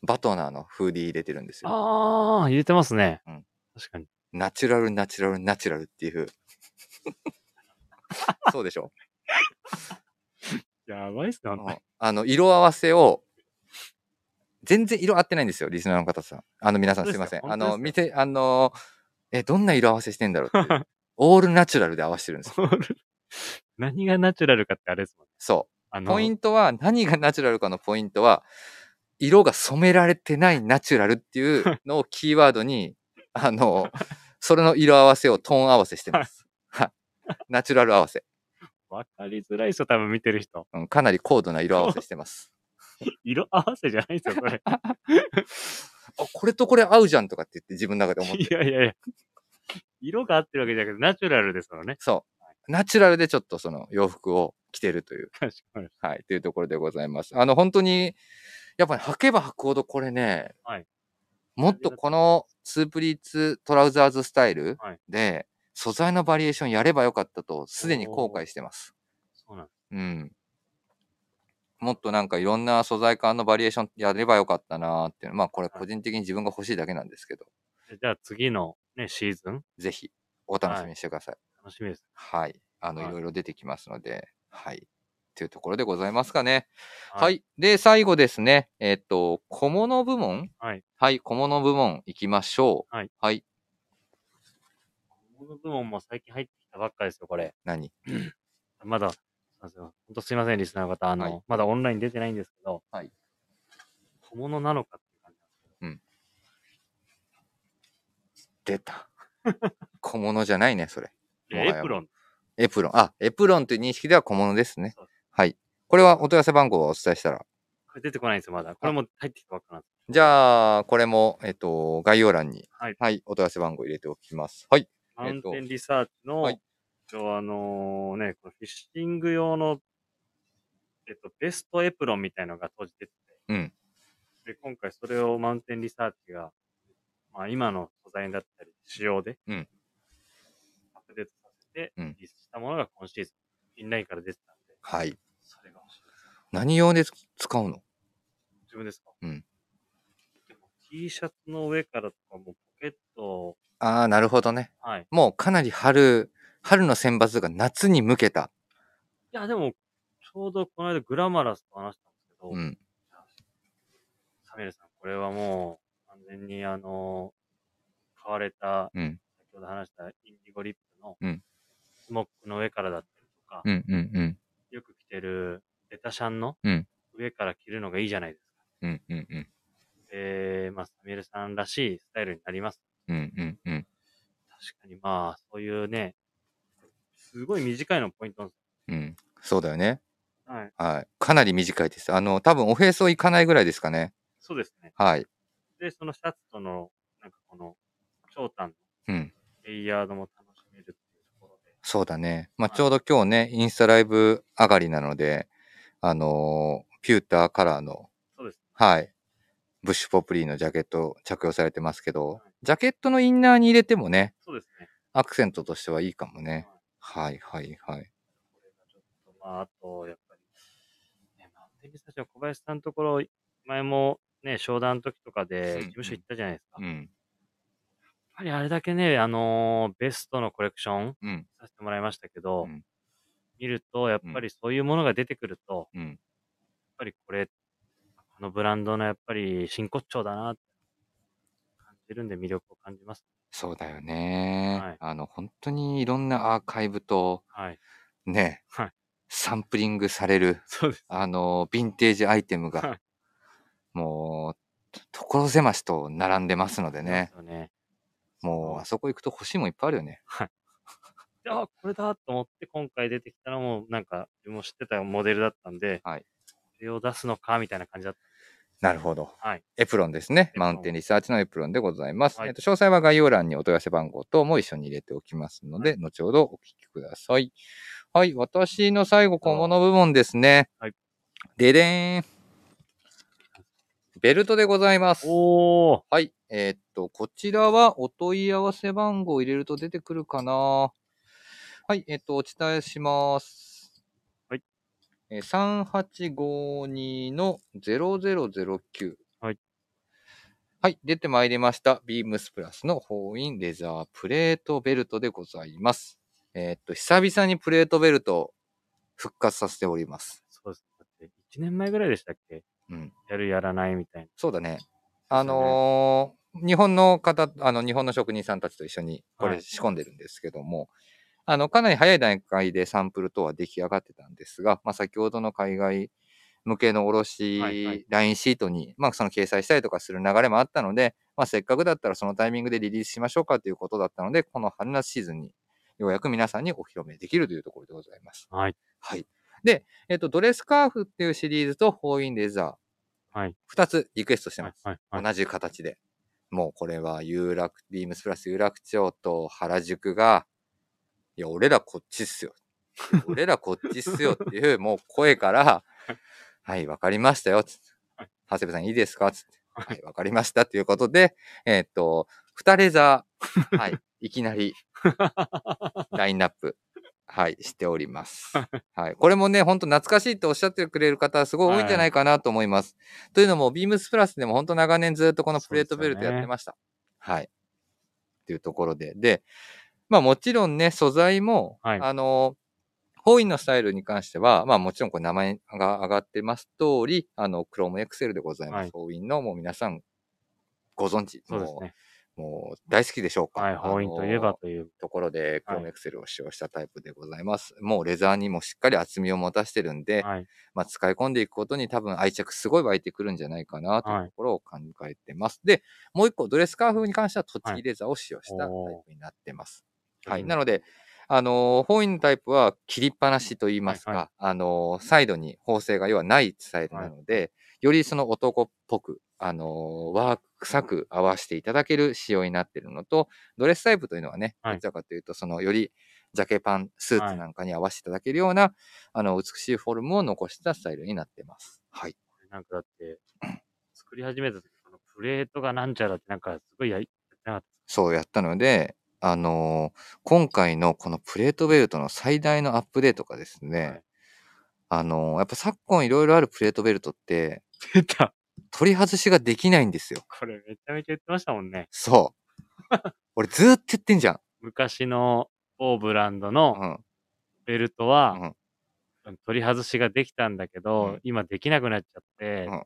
バトナーのフーディー入れてるんですよ。ああ、入れてますねうん。確かに。ナチュラル、ナチュラル、ナチュラルって いう。そうでしょやばいっすね、あのうんあの、色合わせを、全然色合ってないんですよ、リスナーの方さん。あの、皆さん本すい当でますせかん。あ本当の、で見て、あの、え、どんな色合わせしてんだろうっていう オールナチュラルで合わせてるんですよ。何がナチュラルかってあれですもんね。そあう。の、ポイントは、何がナチュラルかのポイントは、色が染められてないナチュラルって いうのをキーワードに、あの、それの色合わせをトーン合わせして ます。はい。ナチュラル合わせ。わかりづらい人多分見てる人。うん、かなり高度な色合わせしてます。色合わせじゃないですよ、これ。 あ、これとこれ合うじゃんとかって言って自分の中 で思 っていやいやいや。色が合ってるわけじゃなくて、ナチュラルですよね。そう。ナチュラルでちょっとその洋服を着てるという、確かに。はい、というところでございます。あの、本当に、やっぱり履けば履くほどこれね、はいもっとこのツープリーツトラウザーズスタイルはいで、素材のバリエーションやればよかったと、すでに後悔してます。そうなんです。うん。もっとなんかいろんな素材感のバリエーションやればよかったなーっていうのまあこれ個人的に自分が欲しいだけなんですけど、じゃあ次のね、シーズン、ぜひお楽しみにしてください。楽しみです。はい。あの、はいいろいろ出てきますので、はい。というところでございますかね。はい。はい。で、最後ですね。えっと、小物部門はい。はい。小物部門行きましょう。はい。はい。この部門も最近入ってきたばっかですよ、これ。何まだ、本当すいません、リスナーの方。あの、はいまだオンライン出てないんですけど、はい小物なのかっていう感じなんですけど、出た。小物じゃないね、それ。いやもはやエプロン。エプロン。あ、エプロンという認識では小物ですねそう。はい。これはお問い合わせ番号をお伝えしたら。これ出てこないんですよ、まだ。これも入ってきたばっかなんです。じゃあ、これも、えっと、概要欄に、はいお問い合わせ番号入れておきます。はい。マウンえっテとンリサーチの、はい一応あのね、このフィッシング用の、えっと、ベストエプロンみたいのが当時出てて、うんで、今回それをマウンテンリサーチが、まあ今の素材だったり、仕様で、うんアップデートさせて、うリんリースしたものが今シーズン、インラインから出てたんで、はい。それが欲しいです。何用で使うの自分ですかうん。でも T シャツの上からとかもポケットを、ああ、なるほどね。はい。いもうかなり春、春の選抜が夏に向けた。や、でも、ちょうどこの間グラマラスと話したんですけど、うん。サミュエルさん、これはもう、完全にあの、買われた、うん。先ほど話したインディゴリップのうん、スモックの上からだったりとか、うんうんうん。よく着てる、レタシャンのうん、上から着るのがいいじゃないですか。うんうんうん。えー、まあ、サミュエルさんらしいスタイルになります。うんうんうん。確かにまあ、そういうね、すごい短いのポイントなんですうん。そうだよね。よはい。はい。かなり短いです。あの、多分おへそいかないぐらいですかね。そうですね。はい。で、そのシャツとの、なんかこの、長短のうん。レイヤードも楽しめるっていうところで、そうだね。まあ、はいちょうど今日ね、インスタライブ上がりなので、あのーピューターカラーの、そうです。はい。ブッシュポプリーのジャケット着用されてますけどは、いジャケットのインナーに入れてもね、そうですね。アクセントとしてはいいかもねは。いはいはいはい。これがちょっと、まあ、あと、やっぱり、ね、マウンテンリサーチの小林さんのところ、前もね、商談の時とかうんで、事務所行ったじゃないですか。うやっん。ぱりあれだけね、あのーベストのコレクションうん。させてもらいましたけど、うん見ると、やっぱりそういうものが出てくると、やっうん。ぱりこれ、このブランドのやっぱり真骨頂だなって感じるんで魅力を感じます。そうだよね、はいあの、本当にいろんなアーカイブと、はい。ね、はいサンプリングされる、そうです。あの、ヴィンテージアイテムは がい、もう、ところ狭しと並んでますのでね、そうですよね。もう、あそこ行くと欲しいもんいっぱいあるよね。で、あ、これだと思って、今回出てきたらもう、なんか、自分も知ってたモデルだったんで、はいそれを出すのか、みたいな感じだっなるほど。はいエプロンですね。エプロマンウンテンリサーチのエプロンでございます。はいえっと詳細は概要欄にお問い合わせ番号等も一緒に入れておきますので、後ほどお聞きください。はい、私の最後、小物部門ですね。はいででーん。ベルトでございまた。す。おおはい。えーっと、こちらはお問い合わせ番号を入れると出てくるかな。はい。えーっと、お伝えします。はい。えー、3852の0009。はい。はい。出てまいりました。ビームスプラスの法院レザープレートベルトでございます。えーっと、久々にプレートベルトを復活させております。そうです。だって、1年前ぐらいでしたっけうん。やるやらないみたいな。そうだね。よねあのー日本の方、あの、日本の職人さんたちと一緒にこはれい仕込んでるんですけども、あの、かなり早い段階でサンプル等は出来上がってたんですが、まあ、先ほどの海外向けのはいはい卸ラインシートに、まあ、その掲載したりとかする流れもあったので、まあ、せっかくだったらそのタイミングでリリースしましょうかということだったので、この春夏シーズンにようやく皆さんにお披露目できるというところでございます。はい。はい。で、えっ、と、ドレスカーフっていうシリーズと、ホーインレザー。はい。二つリクエストしてはまいす。。はい。はい。同じ形で。もうこれは有楽、ビームスプラス有楽町と原宿が、いや、俺らこっちっす よ。俺らこっちっすよっていう、もう声から、はい、わかりましたよ。つってはい長谷部さんいいですかつってはいはい、わかりました。ということで、えーっと、二レザー、 はい、いきなり、ラインナップ、はい、しており ます。はい。これもね、ほんと懐かしいっておっしゃってくれる方、すごい多いんじゃないかなと思います。というのも、ビームスプラスでも本当長年ずっとこのプレートベルトやってました。はい。というところで。で、まあもちろんね、素材も、はいあの、ホインのスタイルに関しては、まあもちろんこれ名前が上がってます通り、あの、クロームエクセルでございまはいす。ホインのもう皆さんご存知、 そうですもね。うもう大好きでしょうか。はい。法院といえあばのという。ところで、クローはムいエクセルを使用したタイプでございます。もうレザーにもしっかり厚みを持たしてるんで、はい。まあ、使い込んでいくことに多分愛着すごい湧いてくるんじゃないかなというはいところを考えてます。で、もう一個、ドレスカーフに関しては、トッチレザーを使用したタイおープになってます。はい。うんなので、あのー、本院のタイプは切りっぱなしと言いますか、はいはあのー、サイドに縫製が要はないスタイルなので、よりその男っぽく、あのー、ワーク臭く合わせていただける仕様になっているのと、ドレスタイプというのはね、はいどちらかというと、そのよりジャケパン、スーはツいなんかに合わせていただけるような、あの、美しいフォルムを残したスタイルになってます。はい。なんかだって、作り始めた時、このプレートがなんちゃらって、なんか、すごいやり、やってそうやったので、あのー今回のこのプレートベルトの最大のアップデートがですね、はいあのーやっぱ昨今いろいろあるプレートベルトって、なかった。出た。取り外しができないんですよ。これ、めちゃめちゃ言ってましたもんね。 そう。俺ずーっと言ってんじゃん。昔の某ブランドうのん。ベルトうは、ん、取り外しができたんだけど、うん今できなくなっちゃって、うん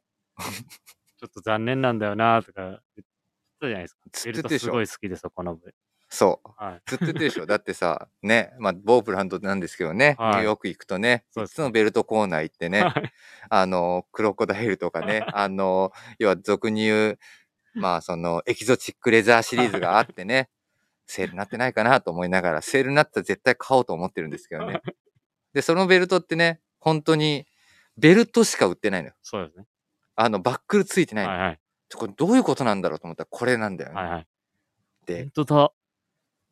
ちょっと残念なんだよなとか言ってたじゃないですか。つベってたルトですしごょい。好きで、そこの部。そう。はい。ずっと言ってるでしょ。だってさ、ね、まあ、某ブランドなんですけどね、 はいニューヨーク行くとね、そいうですつもベルトコーナー行ってね、はいあの、クロコダイルとかね、あの、要は俗に言う、まあその、エキゾチックレザーシリーズがあってね、セールになってないかなと思いながら、セールになったら絶対買おうと思ってるんですけどね。で、そのベルトってね、本当に、ベルトしか売ってないのよ。 そうですね。あの、バックルついてないの。はいはい。ちょこれどういうことなんだろうと思ったら、これなんだよね。はいはい。で本、当だ。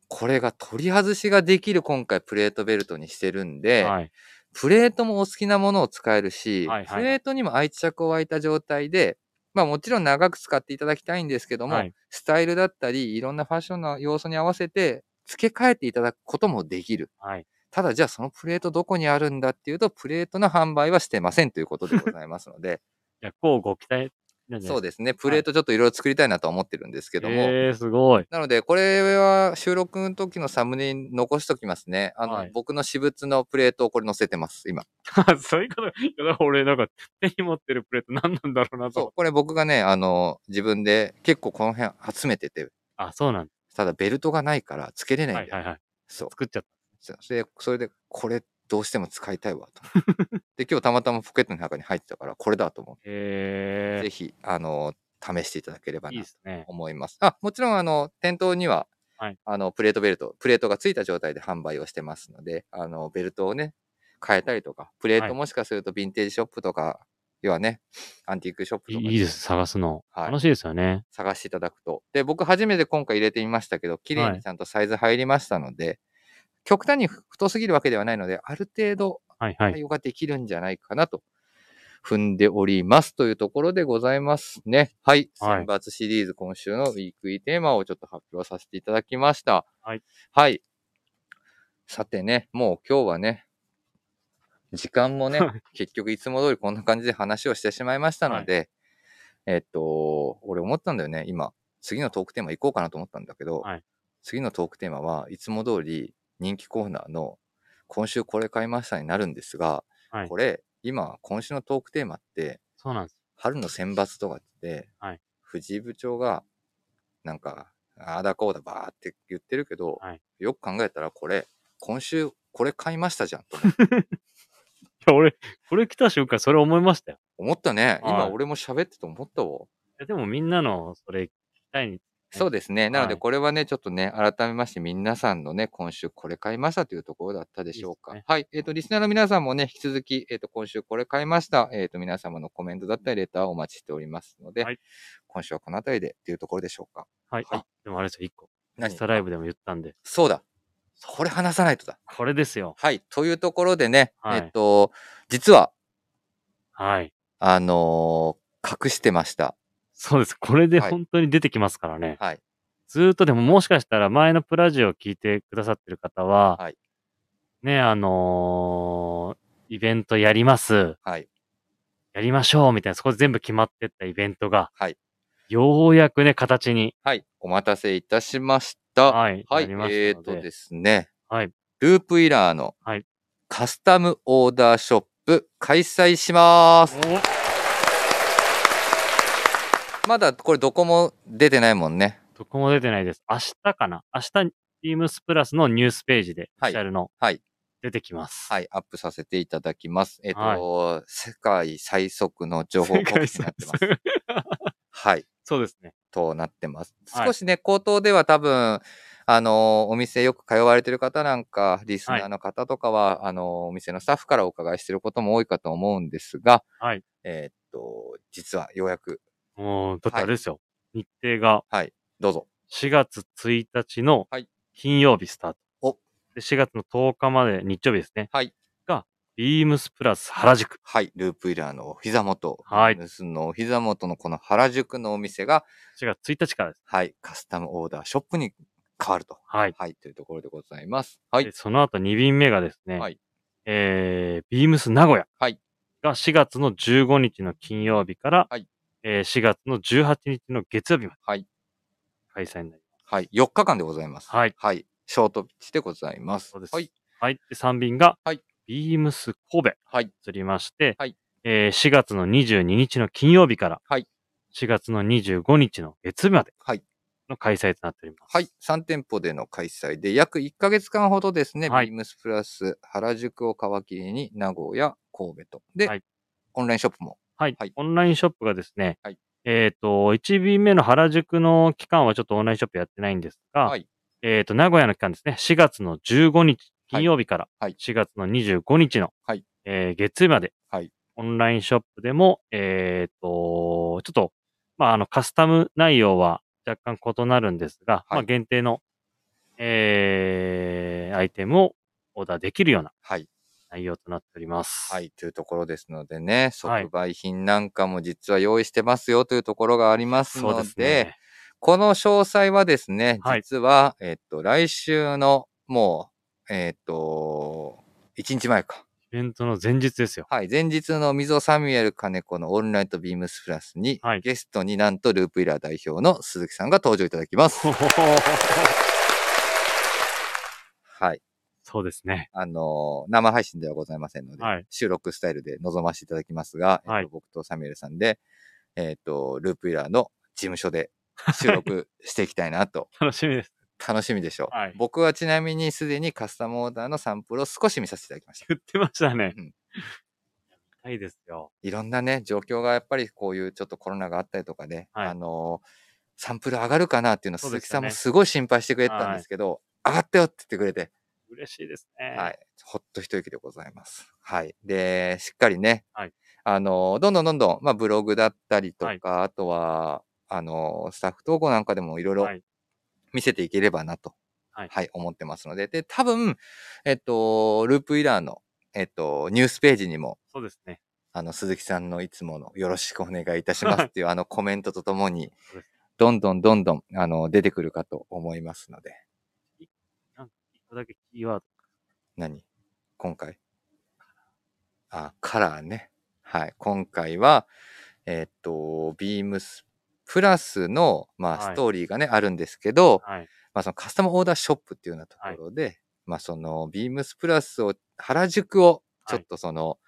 これが取り外しができる今回プレートベルトにしてるんで、はい。プレートもお好きなものを使えるし、はいはいプレートにも愛着を湧いた状態で、まあもちろん長く使っていただきたいんですけども、はいスタイルだったり、いろんなファッションの要素に合わせて付け替えていただくこともできる。はい。ただじゃあそのプレートどこにあるんだっていうと、プレートの販売はしてませんということでございますの で、いや、こうご期待なんじゃそなういですか。ですね、プレートちょっといろいろ作りたいなとは思ってるんですけども、えー、すごい。 なので、これは収録の時のサムネに残しときますね。あの、はい僕の私物のプレートをこれ載せてます、今。そういうこと。いや、だから俺、なんか、手に持ってるプレート何なんだろうなとそ思っうて。、これ僕がね、あの、自分で結構この辺集めてて、あ、そうなんただベルトがないからつけれだ。なはいんいだよ。はいはい。そう作っちゃっそう。で、それで、これどうしても使いたいわ と。で、今日たまたまポケットの中に入ってたから、これだと思って、えぜひ、あの、試していただければー、いいなでとすね。思います。あ、もちろん、あの、店頭には、はいあの、プレートベルト、プレートがついた状態で販売をしてますので、あの、ベルトをね、変えたりとか、プレーはトいもしかするとヴィンテージショップとか、要はね、アンティークショップいとかいいです、探すの。はい楽しいですよね。探していただくと。で、僕初めて今回入れてみましたけど、綺麗はいにちゃんとサイズ入りましたので、極端に太すぎるわけではないので、ある程度はいはい。対応ができるんじゃないかなと踏んでおりますというところでございますね。はい。はい選抜シリーズ今週のウィークリーテーマをちょっと発表させていただきました。はい。はい。さてね、もう今日はね、時間もね、結局いつも通りこんな感じで話をしてしまいましたので、えっと、俺思ったんだよね、今。次のトークテーマ行こうかなと思ったんだけど、はい次のトークテーマはいつも通り人気コーナーの今週これ買いましたになるんですが、はいこれ、今、今週のトークテーマって、そうなんです。春の選抜とかって、はい藤井部長が、なんか、ああだこうだばーって言ってるけど、はいよく考えたらこれ、今週これ買いましたじゃんと思ういや、俺、これ来た瞬間、それ思いましたよ。思ったね。は今い俺も喋ってて思ったわ。いやでもみんなの、それ、聞きたいに、そうですね。なのはで、いこれはね、ちょっとね、改めまして、皆さんのね、今週これ買いましたというところだったでしょうか。いいではい。えっ、と、リスナーの皆さんもね、引き続き、えっ、と、今週これ買いました。えっ、と、皆様のコメントだったり、レターをお待ちしておりますので、はい今週はこの辺りでというところでしょうか。はい。はいあでもあれですよ、一個。イン何スタライブでも言ったんで、そうだ。これ話さないとだ。これですよ。はい。というところでね、はいえっ、と、実は、はい。あのー隠してました。そうです。これではい本当に出てきますからね。はい。ずーっとでももしかしたら前のプラジオを聞いてくださってる方は、はいね、あのーイベントやります、はい。やりましょうみたいな、そこで全部決まってったイベントが、はいようやくね、形に、はい。お待たせいたしました。はい、はい。なりまえしったのとで、ですね、はい、ループイラーのはいカスタムオーダーショップ開催します。まだこれどこも出てないもんね。どこも出てないです。明日かな明日、Teams プラスのニュースページで、オフはいィシャルの、はい出てきます。はい、アップさせていただきます。えっ、と、世界最速の情報公世開界になっ最てます。速はい。 そうですね。となってます。はい少しね、口頭では多分、あのーお店よく通われてる方なんか、リスナーの方とかは、あのーお店のスタッフからお伺いしてることも多いかと思うんですが、はいえーっと、実はようやく、もう、だってあれですよ。日程がはい、どうぞ。 4月1日のはい金曜日スタート。おで4月の10日まで日曜日ですね。はい。が、ビームスプラス原宿。はい、ループイラーのお膝元、はいビームスのお膝元のこの原宿のお店が、 4月1日からです。はい、カスタムオーダーショップに変わると。はい。はい、というところでございます。はいで、その後2便目がですね、はいえー、ビームス名古屋。はいが4月の15日の金曜日から、はいえー4月の18日の月曜日まで。はい開催になりまはい、4日間でございます。す。はい。はい、ショートピッチでございます。そうです。はい、。はい。で、3便が、はいビームス神戸。はい、移りまして、はいえー4月の22日の金曜日から、はい4月の25日の月曜日まではい。の開催となっております。はい、3店舗での開催で、約1ヶ月間ほどですね、はいビームスプラス原宿を皮切りに名古屋、神戸と。で、はいオンラインショップも。はい。はいオンラインショップがですね、はいえっ、と、1便目の原宿の期間はちょっとオンラインショップやってないんですが、はい、えっ、と、名古屋の期間ですね、4月の15日、金曜日から、はい4月の25日の、はいえー月曜日まで、はいオンラインショップでも、えっ、と、ちょっと、まあ、あの、カスタム内容は若干異なるんですが、はいまあ、限定の、えーアイテムをオーダーできるようなはい、内容となっております。はい、というところですのでね、はい即売品なんかも実は用意してますよというところがありますそうのでで、すね。この詳細はですね、はい実は、えっと、来週の、もう、えっと、1日前か。イベントの前日ですよ。はい、前日の溝サミュエル金子のオンラインとビームスプラスに、はいゲストになんとループイラー代表の鈴木さんが登場いただきます。はい。そうですね。 あのー生配信ではございませんので、はい収録スタイルで臨ませていただきますが、えっとはい僕とサミュエルさんで、 えっと、ループイラーの事務所で収録していきたいなと楽しみです。楽しみでしょう。はい僕はちなみにすでにカスタムオーダーのサンプルを少し見させていただきました。言ってましたね。うん見たいですよ。いろんなね、状況がやっぱりこういうちょっとコロナがあったりとかね、はいあのーサンプル上がるかなっていうのをそうで鈴木したさんねもすごい心配してくれてたんですけど、上がったよって言ってくれて、嬉しいですね。はい。ほっと一息でございます。はい。で、しっかりね、はいあの、どんどんどんどん、まあ、ブログだったりとか、あとは、あの、スタッフ投稿なんかでもいろいろはい見せていければなと、はい思ってますので、で、多分、えっと、ループイラーの、えっと、ニュースページにも、そうですね。あの、鈴木さんのいつものよろしくお願いいたします っていう、あのコメントとともにそうです、どんどんどんどん、あの、出てくるかと思いますので、なんか一個だけキーワード。何今回あ、カラーね。はい。今回は、えーっと、ビームスプラスの、まあ、はスいトーリーがね、あるんですけど、はい。まあ、そのカスタムオーダーショップっていうようなところで、まあ、その、ビームスプラスを、原宿を、ちょっとその、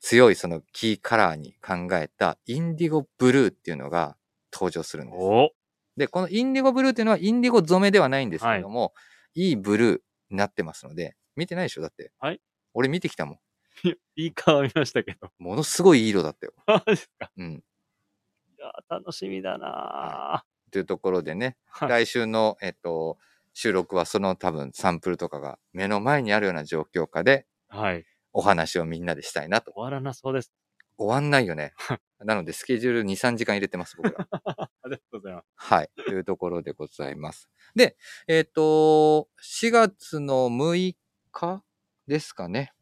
強いそのキーカラーに考えた、インディゴブルーっていうのが登場するんです。おで、このインディゴブルーっていうのはインディゴ染めではないんですけども、い、いブルーになってますので、見てないでしょだって。はい俺見てきたもん。いい顔見ましたけど。 ものすごいいい色だったよ。マジですかうん。いやー、楽しみだなというところでね、はい来週の、えっと、収録はその多分サンプルとかが目の前にあるような状況下でー。はい。お話をみんなでしたいなと。終わらなそうです。終わんないよね。なのでスケジュール2、3時間入れてます、僕ら。 ありがとうございます。はい。というところでございます。で、えっ、と、4月の6日ですかね。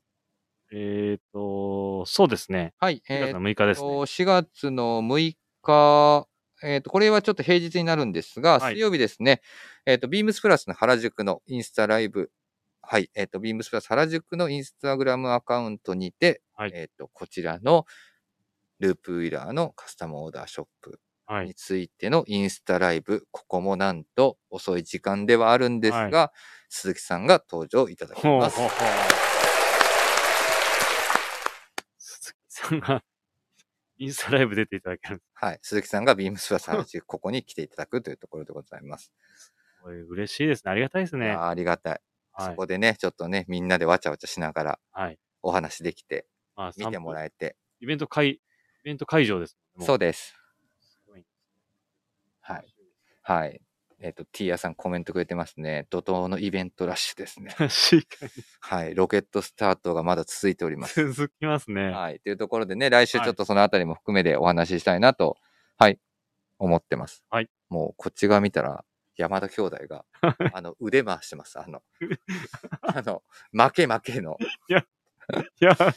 えっ、ー、と、そうですね。はい。 4月えっ、の6日ですね。と、4月の6日、えっ、と、これはちょっと平日になるんですが、はい水曜日ですね。えっ、と、ビームスプラスの原宿のインスタライブ。はい。えっ、と、ビームスプラス原宿のインスタグラムアカウントにて、はいえっ、と、こちらのループウィラーのカスタムオーダーショップはい。についてのインスタライブ、ここもなんと遅い時間ではあるんですが、鈴木さんが登場いただきほうほまうす。ほう。鈴木さんが インスタライブ出ていただける。はい。鈴木さんがビームスプラス原宿、ここに来ていただくというところでございます。これ嬉しいですね。ありがたいですいね。やーありがたい。はそい。こでね、ちょっとね、みんなでわちゃわちゃしながらはい。お話できて、まあ、見てもらええて。イベント会、イベント会場ですもんね。そううです。すごい。。はい。はい。えっ、と、ティーヤさんコメントくれてますね。怒涛のイベントラッシュですね確かはい。ロケットスタートがまだ続いております。に続きます ね。はい。というところでね、来週はいちょっとそのあたりも含めてお話ししたいなと、はい、思ってます。はい。もうこっち側見たら、山田兄弟 が、あの、腕回してます。あの、あの、負け負けの。いや、 は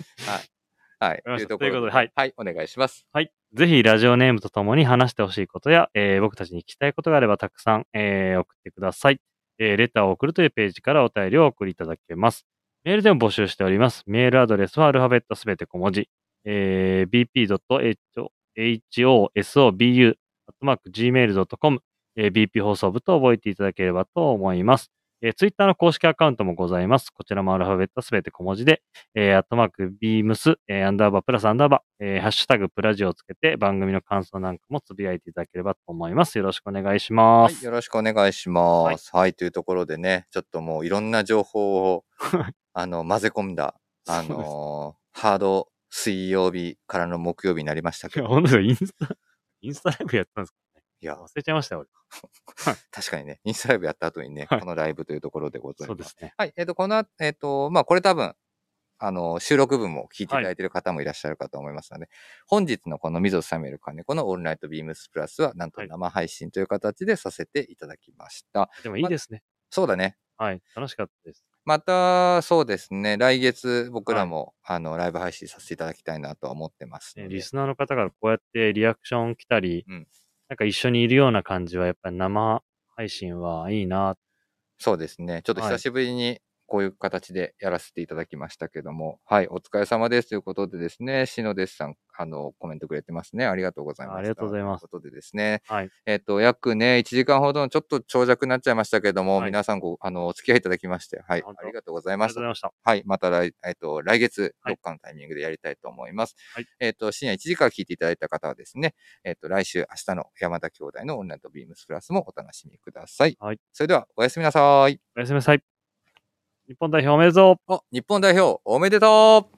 い。わかりまとしたいうことということで、ではい。はい、お願いします。はい。ぜひ、ラジオネームとともに話してほしいことや、えー僕たちに聞きたいことがあれば、たくさん、えー送ってください。えーレターを送るというページからお便りをお送りいただけます。メールでも募集しております。メールアドレスはアルファベットすべて小文字、えー bp.hosobu.gmail.com、えー bp 放送部と覚えていただければと思います。えー、ツイッターの公式アカウントもございます。こちらもアルファベットすべて小文字で、えー、アットマーク、ビームス、えー、アンダーバー、プラスアンダーバー、えー、ハッシュタグ、プラジオをつけて、番組の感想なんかもつぶやいていただければと思います。よろしくお願いしまはす。い、よろしくお願いします。はい、というところでね、ちょっともういろんな情報 を、あの、混ぜ込んだ、あそうですのーハード水曜日からの木曜日になりましたいけや、ど、本当ですよ。インスタ、インスタライブやったんですいやか、忘れちゃいましたよ、確かにね、インスタライブやった後にね、はいこのライブというところでござい俺。そま。うですすね。はい、えっ、と、このあ、えっ、と、まあ、これ多分、あの、収録分も聞いていただいている方もいらっしゃるかと思いますので、本日のこの溝サミュエル金子のオールナイトビームスプラスは、なんとはい生配信という形でさせていただきました。でもいいですね。そうだね。はい。楽しかったです。また、そうですね、来月僕らも、あの、ライブ配信させていただきたいなとは思ってますのねで。リスナーの方からこうやってリアクション来たり、うんなんか一緒にいるような感じは、やっぱり生配信はいいな。そうですね。ちょっとはい久しぶりにこういう形でやらせていただきましたけども、はい、お疲れ様ですということでですね、篠ですさん、あの、コメントくれてますね。ありがとうございます。ありがとうございますということでですね、はいえっ、と、約ね、1時間ほどのちょっと長尺になっちゃいましたけども、はい皆さんご、あの、お付き合いいただきまして、はい、本当ありがとうございありまがしとたうござい。ました。はい。また来、えっ、と、来月、はどいっかのタイミングでやりたいと思います。はいえっ、と、深夜1時から聞いていただいた方はですね、えっ、と、来週、明日の山田兄弟のオンラインとビームスプラスもお楽しみください。はい。それでは、おやすみなさい。おやすみなさい。日本代表おめでとうあ、日本代表、おめでとう